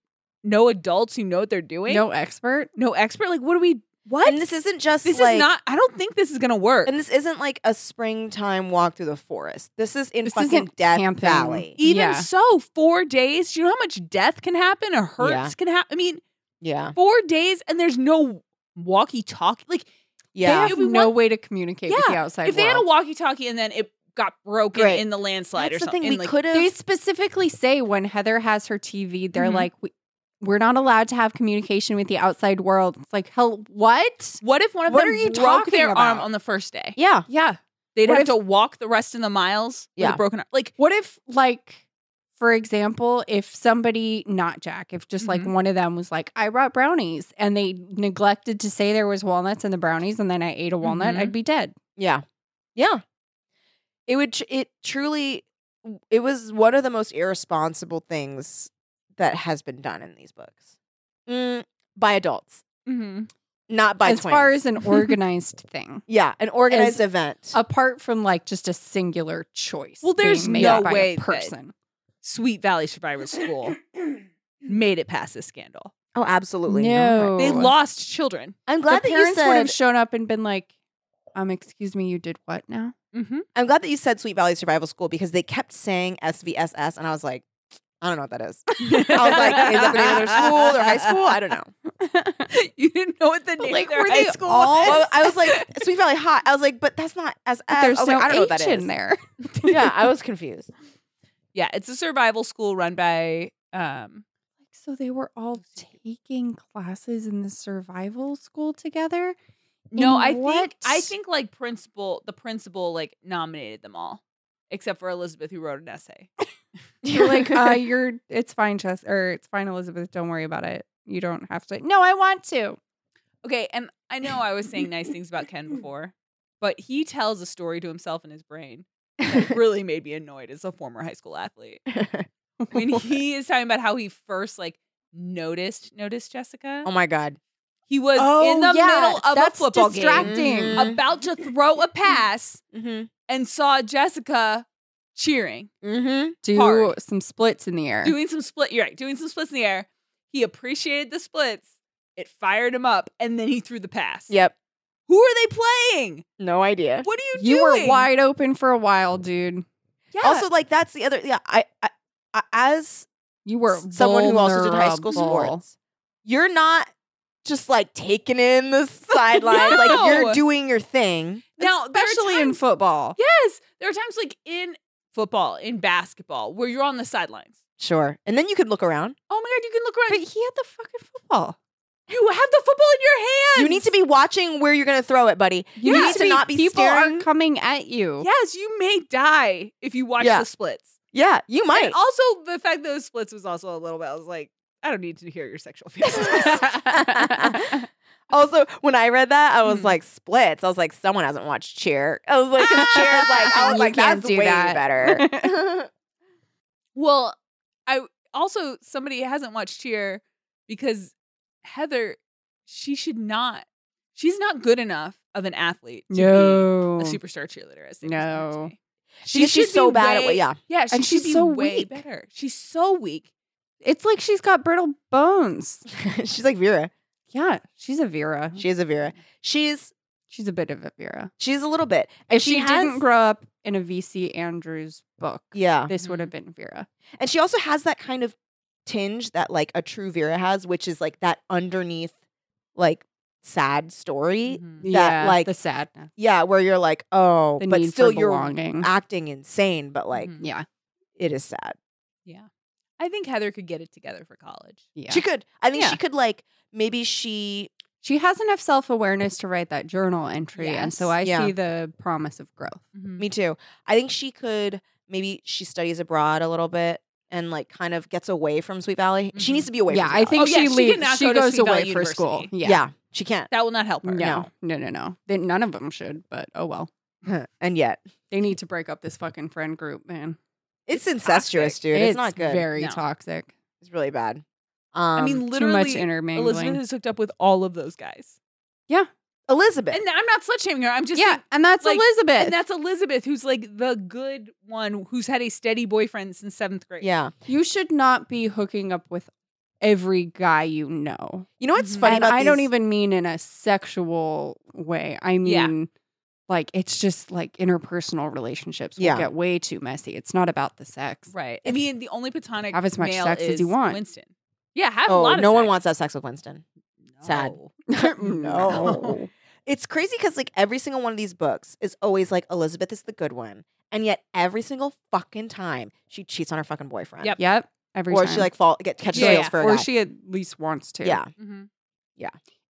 D: no adults who know what they're doing,
C: No expert.
D: no expert, like what do we what?
B: And this isn't just
D: This
B: like,
D: is not I don't think this is going to work.
B: and this isn't like a springtime walk through the forest. This is in
C: This
B: fucking
C: isn't
B: Death
C: camping.
B: Valley.
D: even
C: Yeah.
D: so, 4 days, do you know how much death can happen or hurts
B: Yeah.
D: can happen? I mean,
B: Yeah.
D: 4 days and there's no walkie-talkie. Like
C: They
B: Yeah.
C: have
D: we
C: no
D: want-
C: way to communicate with the outside
D: if they had a
C: world.
D: walkie-talkie and then it got broken
B: Great.
D: in the landslide
B: That's the
D: or something,
B: thing. We
D: like,
B: could
C: they
B: have.
C: specifically say when Heather has her TV, they're
D: Mhm.
C: like, we, we're not allowed to have communication with the outside world. It's like, hell, what?
D: What if one of
C: What
D: them
C: are you
D: broke
C: talking
D: their arm
C: about?
D: on the first day?
B: Yeah.
C: Yeah.
D: They'd
C: What
D: have
C: if-
D: to walk the rest of the miles with
B: Yeah.
D: a broken arm. Like,
C: What if, like, for example, if somebody, not Jack, if just like
D: Mhm.
C: one of them was like, I brought brownies and they neglected to say there was walnuts in the brownies and then I ate a walnut,
D: Mhm.
C: I'd be dead.
B: Yeah. Yeah. It would, tr- it truly, it was one of the most irresponsible things that has been done in these books mm, by adults,
D: mm-hmm,
B: not by
C: as
B: twins.
C: far as an organized thing,
B: yeah, an organized
C: as
B: event.
C: apart from like just a singular choice.
D: Well, there's
C: being made
D: no
C: by a
D: way that-
C: person.
D: Sweet Valley Survivor School made it past this scandal.
B: oh, absolutely.
C: no,
D: They lost children.
B: I'm glad
C: the
B: that you
C: parents would
B: said.
C: have shown up and been like, "Um, excuse me, you did what now?"
D: Mm-hmm.
B: I'm glad that you said Sweet Valley Survival School because they kept saying SVSS, and I was like, I don't know what that is. I was like, is that the name of their school, their high school? I don't know.
D: you didn't know what the name
C: Like,
D: of their
C: were
D: high
C: they
D: school
C: all-
D: was.
B: Well, I was like, Sweet Valley Hot. I was like, but that's not SS.
C: But there's
B: I was
C: no
B: like, Uh, oh, I don't know
C: H
B: what that is.
C: in there.
B: Yeah, I was confused.
D: yeah, it's a survival school run by um
C: So they were all taking classes in the survival school together.
D: No,
C: In
D: I
C: what?
D: think I think like principal the principal like nominated them all. Except for Elizabeth who wrote an essay.
C: You're like, uh, "You're it's fine, Chess, or it's fine, Elizabeth. Don't worry about it. You don't have to." No, I want to.
D: Okay, and I know I was saying nice things about Ken before, but he tells a story to himself in his brain that really made me annoyed as a former high school athlete. When he is talking about how he first like noticed noticed Jessica,
B: Oh my god.
D: he was
B: Oh,
D: in the middle of
C: that's
D: a football
C: distracting.
B: Mhm.
D: game, Mm-hmm. about to throw a pass,
B: Mm-hmm.
D: and saw Jessica cheering,
B: Mm-hmm.
C: Do
D: Hard.
C: some splits in the air.
D: doing some split. You're right, doing some splits in the air. He appreciated the splits. It fired him up, and then he threw the pass.
B: Yep.
D: Who are they playing?
B: No idea.
D: What are you,
C: you
D: doing?
C: were wide open for a while, dude.
D: Yeah.
B: Also, like that's the other. Yeah, I, I, I as
C: You were
B: someone who also did high school
C: vulnerable.
B: sports, you're not just like taking in the sidelines. Like you're
D: No.
B: doing your thing.
D: Now, there are
C: especially in
D: times-
C: football.
D: yes, there are times like in football, in basketball, where you're on the sidelines.
B: Sure. And then you could look around.
D: Oh my god, you can look around.
C: But he had the fucking football.
D: you have the football in your hand.
B: You need to be watching where you're going to throw it, buddy. You
D: Yeah.
B: need to not be
C: people
B: staring.
C: are coming at you.
D: Yes, you may die if you watch
B: Yeah.
D: the splits.
B: yeah, you might.
D: And also, the fact that those splits was also a little bit. I was like, I don't need to hear your sexual feelings.
B: also, when I read that, I was
C: Hmm.
D: Mhm.
B: like, splits. I was like, someone hasn't watched Cheer. I was like, 'cause Cheer is like, I was
C: You
B: like,
C: can't
B: that's
C: do
B: way
C: that.
B: better.
D: well, I also somebody hasn't watched Cheer because Heather, she should not. She's not good enough of an athlete. To be
C: No.
D: a superstar cheerleader as they described it to
C: No.
D: me.
B: Because she's
D: should
B: so
D: be
B: bad at what-
D: way-
B: yeah.
D: yeah, she
C: And
D: should
C: she's
D: be
C: so
D: way
C: weak.
D: better. She's so weak.
C: It's like she's got brittle bones.
B: she's like Vera.
C: Yeah, she's a Vera.
B: She is a Vera. She's
C: she's a bit of a Vera.
B: she's a little bit.
C: If she,
B: has-
C: didn't grow up in a VC Andrews book,
B: yeah, Mm-hmm.
C: this would have been Vera.
B: and she also has that kind of tinge that like a true Vera has, which is like that underneath, like sad story.
C: Mm-hmm.
D: Mm-hmm.
C: yeah,
B: like-
C: the sadness,
B: Yeah, where you're like, oh,
C: the
B: but
C: need
B: still
C: for
B: you're
C: belonging. Mm-hmm.
B: acting insane, but like
D: Mhm.
C: yeah,
B: it is sad.
D: I think Heather could get it together for college.
C: yeah. She,
B: She could. I think
D: Yeah.
B: she could like maybe she
C: has enough self awareness to write that journal entry, and so
D: Yes.
C: I
B: Yeah.
C: see the promise of growth.
D: Mm-hmm.
B: Me too. I think she could maybe she studies abroad a little bit and like kind of gets away from Sweet Valley. She
D: Mhm.
B: needs to be away.
C: yeah,
B: from Sweet
C: I think
D: Oh, yeah,
C: she
D: she
C: leaves.
D: cannot
C: She,
D: go to
C: goes
D: Sweet Valley
C: away for
D: University.
C: school.
B: Valley.
C: Yeah,
B: yeah, she can't.
D: That will not help her.
C: No, no, no, no. They, none of them should, but oh well.
B: and yet,
C: They need to break up this fucking friend group, man.
B: It's incestuous,
C: toxic.
B: dude. It's, not good.
C: Very
D: No.
C: toxic.
B: it's really bad. Um,
D: I mean,
C: Too
D: literally,
C: much intermingling.
D: Elizabeth is hooked up with all of those guys.
B: Elizabeth.
D: And I'm not slut shaming her. I'm just
C: yeah,
D: saying-
C: and that's
D: like-
C: Elizabeth.
D: and that's Elizabeth, who's like the good one, who's had a steady boyfriend since seventh grade.
B: yeah.
C: you should not be hooking up with every guy you know.
B: You know what's
D: Mhm.
B: funny
C: Mm-hmm. and
B: about
C: I don't
B: these-
C: even mean in a sexual way. I
D: Yeah.
C: mean, like it's just like interpersonal relationships will
B: Yeah.
C: get way too messy. It's not about the sex.
D: right. I mean, the only platonic
C: Have as much
D: male
C: sex as
D: is
C: you want.
D: Winston. Yeah, have a
B: Oh,
D: lot.
B: no
D: Of
B: one
D: sex.
B: wants to have sex with Winston. Sad.
D: No.
B: No. It's crazy because like every single one of these books is always like Elizabeth is the good one, and yet every single fucking time she cheats on her fucking boyfriend.
D: Yep.
C: Yep. Every
B: Or
C: time.
B: she like fall get catches
D: Yeah,
B: feels
D: yeah.
B: for a
C: or
B: guy.
C: she at least wants to.
B: yeah.
D: Mhm.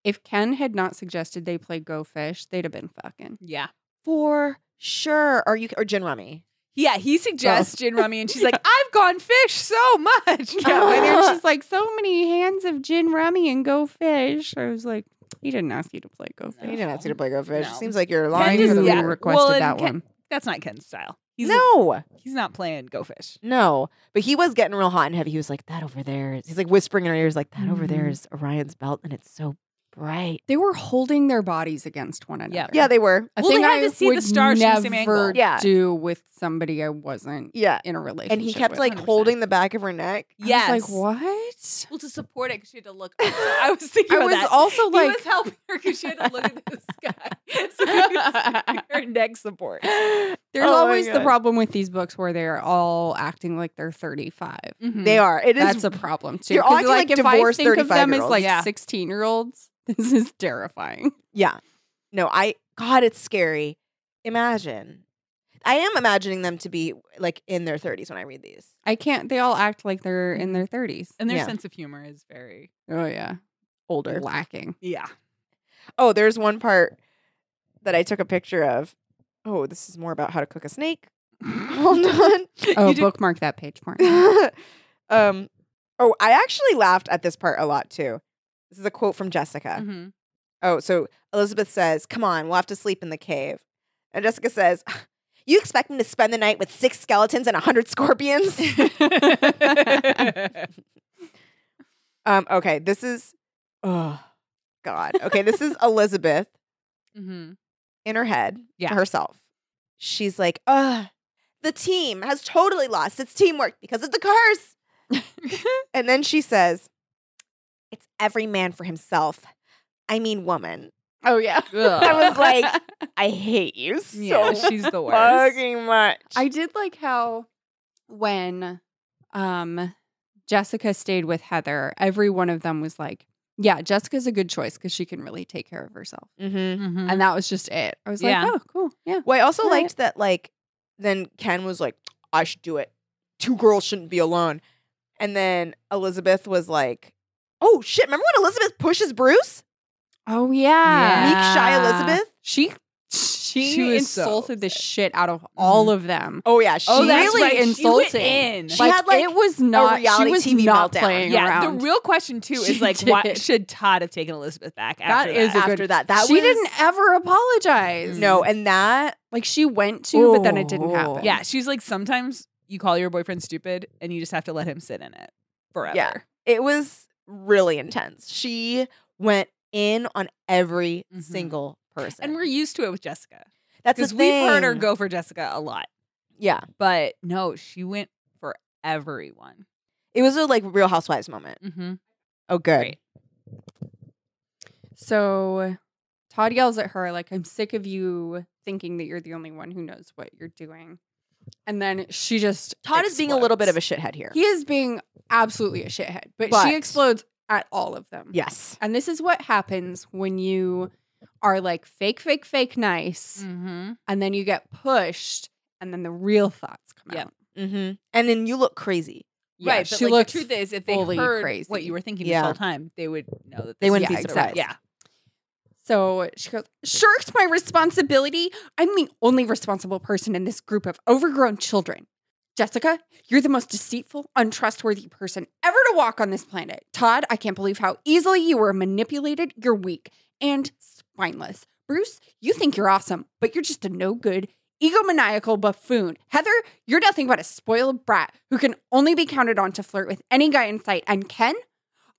C: If Ken had not suggested they play Go Fish, they'd have been fucking.
D: Yeah.
B: For sure. Or you or Gin Rummy.
D: Yeah, he suggests gin rummy, and she's like, "I've gone fish so much."
C: Yeah,
B: Oh.
C: and there she's like, so many hands of gin rummy and go fish. I was like, he didn't ask you to play go
B: You
C: fish.
B: didn't ask you to play Go Fish.
D: No.
B: Seems like you're
C: I
B: lying.
D: just-
B: for the
C: easily
D: yeah.
B: reader.
C: requested
D: Well, and
C: that
D: Ken-
C: one.
D: That's not Ken's style. He's
B: No,
D: he's not playing go fish.
B: no. But he was getting real hot and heavy. He was like, that over there is, he's like whispering in her ears, like, that over there
C: Mhm.
B: is Orion's belt and it's so bright.
C: They were holding their bodies against one another.
B: Yeah, they were.
C: I
D: Well, they
C: think
D: had
C: I
D: to see the
C: would
D: stars from the
C: never
D: same angle.
B: Yeah.
C: do with somebody I wasn't
B: Yeah.
C: in a relationship.
B: And he kept
C: with.
B: like
D: 100%.
B: holding the back of her neck.
D: Yes,
C: I was like, what?
D: Well, to support it because she had to look. up. So I was
C: I
D: thinking. about
C: was
D: that.
C: also
D: he
C: like,
D: was helping her because she had to look at the sky. So he was giving her neck support.
C: there's
B: Oh my
C: always the
B: God.
C: problem with these books where they are all acting like they're 35.
B: They are. It is
C: That's a problem too.
B: You're
C: 'Cause,
B: acting like
C: if I
B: divorced
C: think of them as
B: 35-year-olds.
C: like
D: Yeah.
C: 16 year olds, this is terrifying.
B: Yeah. No, I God, it's scary. Imagine. I am imagining them to be like in their 30s when I read these.
C: I can't. They all act like they're in their 30s.
D: and their
B: Yeah.
D: sense of humor is very
C: Oh yeah,
B: Older.
C: lacking.
D: yeah.
B: Oh, there's one part that I took a picture of. Oh, this is more about how to cook a snake. Hold on.
C: Oh,
D: You did-
C: bookmark that page, Mark.
B: um Oh, I actually laughed at this part a lot too. This is a quote from Jessica.
D: Mhm.
B: Oh, so Elizabeth says, Come on, we'll have to sleep in the cave. And Jessica says, You expect me to spend the night with six skeletons and a hundred scorpions?
D: Mm-hmm.
B: Um, okay, this is oh God. Okay, this is Elizabeth
D: Mhm.
B: in her head
D: Yeah.
B: to herself. She's like, ugh, the team has totally lost its teamwork because of the curse. and then she says, It's every man for himself. I mean woman.
C: oh yeah.
B: I was like, I hate you so
D: yeah, she's the worst.
B: fucking much.
C: I did like how when um Jessica stayed with Heather, every one of them was like, "Yeah, Jessica's a good choice because she can really take care of herself."
B: mm-hmm.
D: Mhm.
C: And that was just it. I was
D: Yeah.
C: like, "Oh, cool, Mm. yeah."
B: Well, I also
C: All right.
B: liked that, like, then Ken was like, I should do it. Two girls shouldn't be alone. And then Elizabeth was like, oh shit, remember when Elizabeth pushes Bruce?
C: Oh
D: Yeah.
B: Meek Shy Elizabeth?
C: She she,
D: She was so
C: insulted the shit out of
B: Mm-hmm.
C: all of them.
B: Oh yeah, she
D: Oh, that's
C: really
D: right. She went
C: insulting.
D: in.
B: She had, like,
C: it was not
B: reality
C: she was
B: TV
C: not
B: meltdown.
C: playing
D: yeah,
C: around.
D: the real question too
C: She
D: is like, why,
C: did.
D: should Todd have taken Elizabeth back?
C: That Mm.
D: After
C: is a
B: after
C: good-
B: that. That
C: she
B: was-
C: didn't ever apologize.
B: No, and that
C: like she went to, but then it didn't
B: Oh.
C: happen.
D: yeah. She's like, sometimes you call your boyfriend stupid, and you just have to let him sit in it forever.
B: Yeah. it was really intense. She went in on every
D: Mhm.
B: single person.
D: and we're used to it with Jessica
B: that's the
D: because we've heard her
B: thing.
D: go for Jessica a lot.
B: Yeah.
D: But no, she went for everyone.
B: It was a like real housewives moment.
D: Mm-hmm.
B: Oh good.
D: Great.
C: So Todd yells at her, like, I'm sick of you thinking that you're the only one who knows what you're doing. And then she just.
B: Todd is being a little bit of a
C: explodes.
B: shithead here.
C: He is being absolutely a shithead, but,
B: But-
C: she explodes at all of them.
B: yes.
C: And this is what happens when you are like fake, fake, fake nice,
D: Mm-hmm.
C: and then you get pushed, and then the real thoughts come
D: Yep.
C: out.
B: Mm-hmm. And then you look crazy.
C: Yeah,
D: right. But
C: she
D: like,
C: looks
D: the truth is, if they
C: fully
D: heard what
C: crazy.
D: you were thinking
B: Yeah.
D: this whole time, they would know that
B: They
D: this
B: wouldn't
D: was
C: be
D: the
C: surprised.
D: Yeah.
C: So she goes, shirked my responsibility. I'm the only responsible person in this group of overgrown children. Jessica, you're the most deceitful, untrustworthy person ever to walk on this planet. Todd, I can't believe how easily you were manipulated. You're weak and spineless. Bruce, you think you're awesome, but you're just a no good, egomaniacal buffoon. Heather, you're nothing but a spoiled brat who can only be counted on to flirt with any guy in sight. And Ken,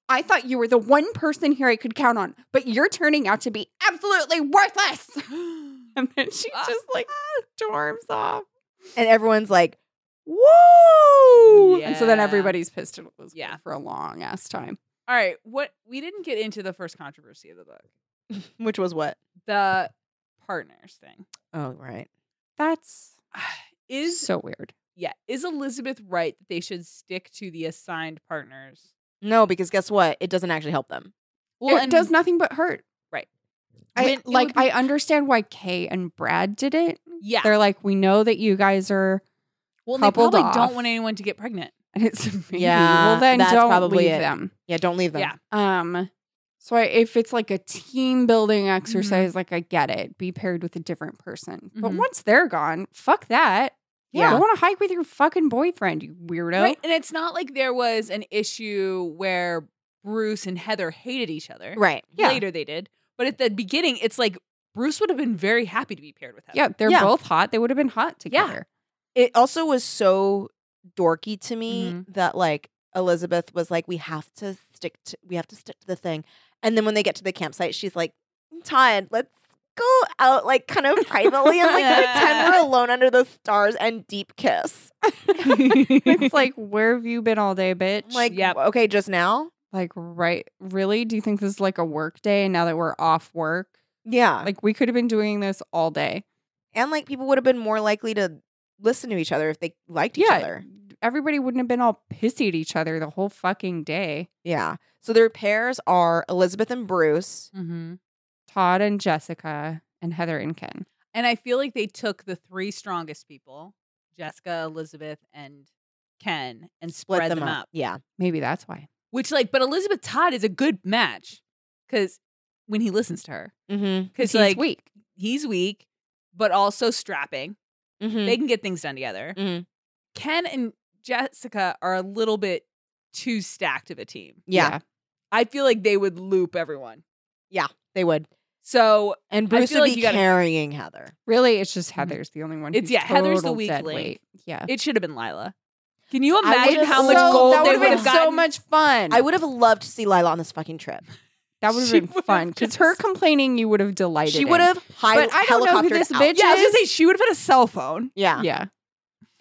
C: I thought you were the one person here I could count on, but you're turning out to be absolutely worthless. and then she
D: Uh,
C: just like
D: Ah.
C: storms off.
B: and everyone's like, "Whoa!"
C: And so then
D: Yeah.
C: everybody's pissed at Elizabeth
D: Yeah.
C: for a long ass time.
D: All right, what we didn't get into the first controversy of the book,
B: Which was what?
D: the partners thing.
B: Oh, right.
C: That's
D: Is
C: so weird.
D: yeah, is Elizabeth right that they should stick to the assigned partners?
B: No, because guess what? It doesn't actually help them.
C: it does nothing but hurt.
D: Right.
C: I,
D: When- it would
C: like
D: be-
C: I understand why Kay and Brad did it.
D: Yeah.
C: They're like, we know that you guys are,
D: well, they
C: coupled
D: probably
C: off.
D: don't want anyone to get pregnant.
C: and it's maybe,
B: Yeah,
C: Well, then
B: that's
C: don't
B: probably
C: leave
B: it.
C: them.
B: Yeah, don't leave them.
D: Yeah.
C: Um. So I, if it's like a team building exercise, like I get it, be paired with a different person. But
D: Mhm.
C: once they're gone, fuck that.
B: Yeah.
C: I want to hike with your fucking boyfriend, you weirdo.
D: Right? And it's not like there was an issue where Bruce and Heather hated each other.
B: Right.
C: Yeah.
D: Later they did. But at the beginning, it's like Bruce would have been very happy to be paired with Heather.
C: Yeah, they're
B: Yeah.
C: both hot. They would have been hot together.
B: It also was so dorky to me
D: Mm-hmm.
B: that like Elizabeth was like, "We have to stick to. We have to stick to the thing." And then when they get to the campsite, she's like, "Todd, let's." Go out like kind of privately and like
D: Yeah.
B: pretend we're alone under the stars and deep kiss.
C: it's like, where have you been all day, bitch?
B: Like,
D: Yep.
B: okay, just now.
C: Like, right? Really? Do you think this is like a work day now that we're off work?
B: Yeah.
C: Like, we could have been doing this all day.
B: And like people would have been more likely to listen to each other if they liked each
C: Yeah.
B: other.
C: Everybody wouldn't have been all pissy at each other the whole fucking day.
B: Yeah. So their pairs are Elizabeth and Bruce.
D: Mm-hmm.
C: Todd and Jessica and Heather and Ken.
D: And I feel like they took the three strongest people, Jessica, Elizabeth, and Ken, and
B: Split
D: spread them, up.
B: Yeah.
C: Maybe that's why.
D: Which like, but Elizabeth Todd is a good match because when he listens to her,
B: Mm-hmm.
D: because
C: he's
D: like
C: weak.
D: he's weak, but also strapping.
B: mm-hmm.
D: They can get things done together.
B: Mhm.
D: Ken and Jessica are a little bit too stacked of a team.
B: yeah,
D: I feel like they would loop everyone.
B: they would.
D: So
B: And
D: I
B: Bruce would
D: feel like
B: be
D: you gotta-
B: carrying Heather.
C: Really, it's just Heather's the only one.
D: Mm-hmm. It's-
C: who's
D: yeah, Heather's the
C: total
D: weak
C: dead
D: link.
C: weight. Yeah.
D: it should have been Lila. Can you
B: I would
D: imagine how
B: so-
D: much gold
C: that
D: they
C: would've
D: would have
C: been
D: gotten?
C: so much fun.
B: I would have loved to see Lila on this fucking trip.
C: that would have
D: She
C: been
D: would've
C: fun because her
D: just-
C: complaining you would have delighted.
B: she
C: in.
B: would have high
C: But I don't know who this bitch
D: Yeah, I was gonna say
C: is.
D: she would have had a cell phone.
B: Yeah.
C: Yeah,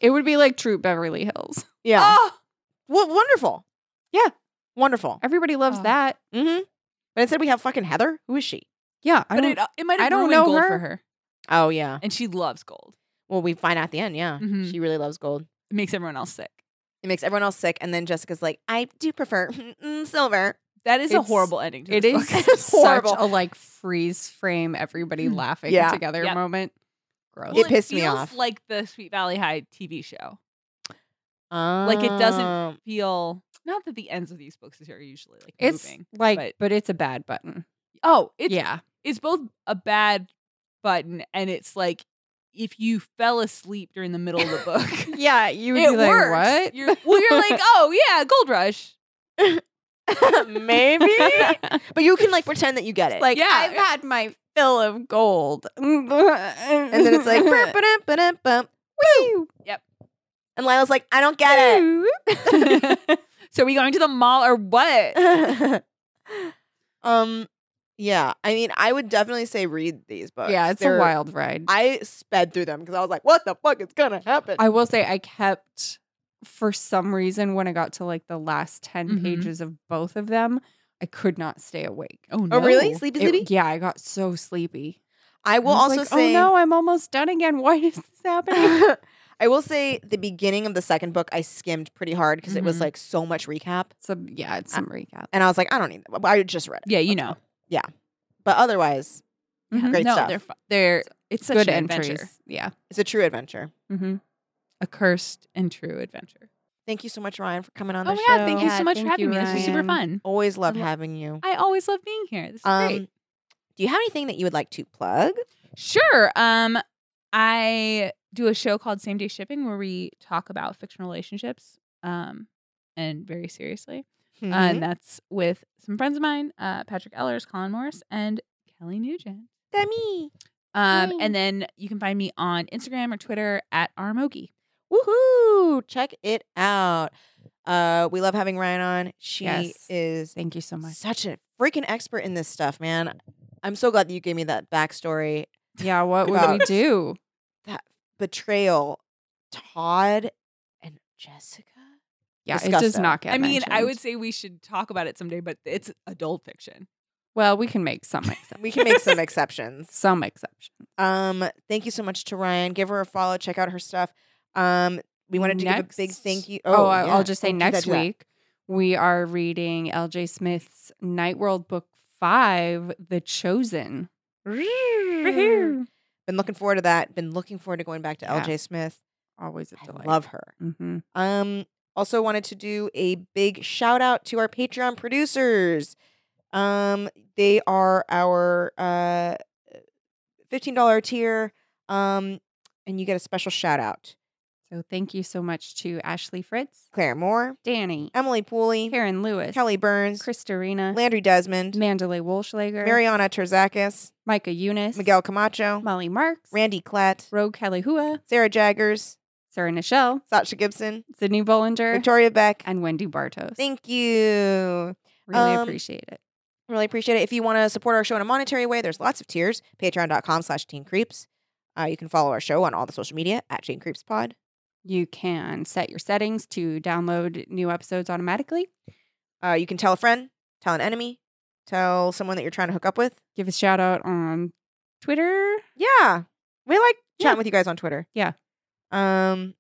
C: it would be like Troop Beverly Hills.
B: Yeah.
D: Oh,
B: Well, wonderful.
C: Yeah.
B: Wonderful.
C: Everybody loves
D: Oh.
C: that.
B: Mm-hmm. But instead we have fucking Heather. Who is she?
C: Yeah, I
D: but
C: don't.
D: it, it might
C: I
D: have
C: don't
D: ruined
C: know
D: gold
C: her.
D: for her,
B: Oh yeah.
D: and she loves gold.
B: Well, we find out at the end, yeah.
D: Mhm.
C: Mm-hmm.
B: She really loves gold.
D: It makes everyone else sick.
B: It makes everyone else sick. And then Jessica's like, I do prefer mm, silver.
D: That is a
C: It's-
D: horrible ending. To
C: it
D: this
C: is
D: book.
C: such
B: Horrible.
C: a like freeze frame. Everybody laughing
B: Yeah.
C: together
D: Mm. Yep.
C: moment. Gross.
B: It pissed me
D: feels
B: off.
D: Like the Sweet Valley High TV show. it doesn't-
B: Um,
D: Feel not that the ends of these books are usually like
C: it's
D: moving.
C: like,
D: but-
C: but, it's a bad button.
D: Oh, it's
C: yeah,
D: it's both a bad button and it's like if you fell asleep during the middle of the book.
C: yeah. You would
D: it
C: be like,
D: works.
C: what?
D: You're, well, you're like, oh yeah, Gold Rush.
B: Maybe. but you can like pretend that you get it.
C: like
D: Yeah.
C: I've had my fill of gold, and
B: and then it's like "Brum, ba-dum, ba-dum, bum." and Lila's like, I don't get
D: so are we going to the mall or what?
B: it. um yeah. I mean, I would definitely say read these books.
C: yeah, it's
B: They're-
C: a wild ride. I,
B: I sped through them because I was like, what the fuck is gonna happen?
C: will say, I kept for some reason when I got to like the last 10
D: Mhm.
C: pages of both of them, I could not stay awake.
D: Oh no.
B: oh really? Sleepy
C: It-
B: sleepy?
C: yeah, I got so sleepy.
B: I
C: I
B: will
C: was
B: also
C: like,
B: say
C: oh no, I'm almost done again. Why is this happening?
B: I will say the beginning of the second book I skimmed pretty hard because it was
C: Mm-hmm.
D: Mhm.
B: like so much recap.
C: so yeah, it's some recap.
B: And I was like, I don't need that. I just read it.
D: Yeah, you know. Mm-hmm.
B: But otherwise,
C: Mhm.
B: great
D: no,
B: stuff.
D: they're fu- they're it's such
C: Good
D: an
C: entries.
D: adventure.
C: Yeah.
B: It's a true adventure.
C: Mm-hmm.
D: A cursed and true adventure.
B: Thank you so much, Ryan, for coming on
D: Oh
B: the
D: my
B: show.
D: god, thank you
C: Yeah,
D: so much for
C: thank
D: having
C: you,
D: me. This was super
C: Ryan.
D: fun.
B: Always love
D: Lo-
B: having you.
D: I always love being here. This is great.
B: Um, do you have anything that you would like to plug?
D: Sure. Um, I do a show called Same Day Shipping where we talk about fictional relationships, um, and very seriously.
C: Hmm.
B: Mm-hmm.
D: Uh,
B: Um,
D: and that's with some friends of mine, uh, Patrick Ellers, Colin Morris, and Kelly Nugent.
B: That me.
D: Um, and then you can find me on Instagram or Twitter at Armogi.
B: Woohoo! Check it out. Uh, we love having Ryan on. She
C: Yes. Oh
B: is
C: Thank you so much.
B: such a freaking expert in this stuff, man. I'm so glad that you gave me that backstory.
C: Yeah, what would we
B: About-
C: do?
B: Betrayal, Todd and Jessica.
C: Yeah, it
B: Discuss
C: does
B: that.
C: not get
D: I mean, I
C: mentioned.
D: would say we should talk about it someday, but it's adult fiction.
C: Well, we can make some exceptions.
B: We can make some exceptions.
C: some exceptions.
B: Um, thank you so much to Ryan. Give her a follow. Check out her stuff. Um, we wanted to
C: next,
B: give a big thank you.
C: Oh, I-
B: yeah.
C: I'll just say
B: Do that,
C: next
B: do that.
C: week we are reading L.J. Smith's Night World Book Five, The Chosen. Woohoo.
B: Been looking forward to that. Been looking forward to going back to
C: Yeah. Oh,
B: LJ Smith.
C: Always a
B: I
C: delight.
B: love her.
C: hmm
B: Um, also wanted to do a big shout out to our Patreon producers. Um, they are our uh, fifteen dollar tier. Um, and you get a special shout out:
C: So thank you so much to Ashley Fritz,
B: Claire Moore,
C: Danny,
B: Emily Pooley,
C: Karen Lewis,
B: Kelly Burns,
C: Kristarina,
B: Landry Desmond,
C: Mandalay Wolschlager,
B: Mariana Terzakis,
C: Micah Eunice,
B: Miguel Camacho,
C: Molly Marks,
B: Randy Klatt,
C: Rogue Kalihua,
B: Sarah Jaggers,
C: Sarah Nichelle,
B: Sasha Gibson,
C: Sydney Bollinger,
B: Victoria Beck.
C: and Wendy Bartos.
B: Thank you.
C: really
B: um,
C: appreciate it.
B: Really appreciate it. If you want to support our show in a monetary way, there's lots of tiers. Patreon.com slash Teen Creeps. Uh, you can follow our show on all the social media at Teen Creeps Pod.
C: You can set your settings to download new episodes automatically.
B: Uh, you can tell a friend, tell an enemy, tell someone that you're trying to hook up with.
C: Give a shout out on Twitter.
B: Yeah, we like chatting with you guys on Twitter.
C: Yeah.
B: Um,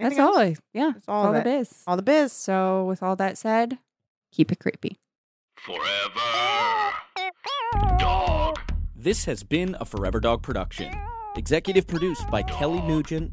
C: That's
B: anything else?
C: all. I- Yeah,
B: That's all,
C: all
B: of
C: the
B: it.
C: biz.
B: All the biz.
C: So, with all that said, keep it creepy.
A: Forever. Dog.
F: This has been a Forever Dog production. Executive produced by Kelly Nugent,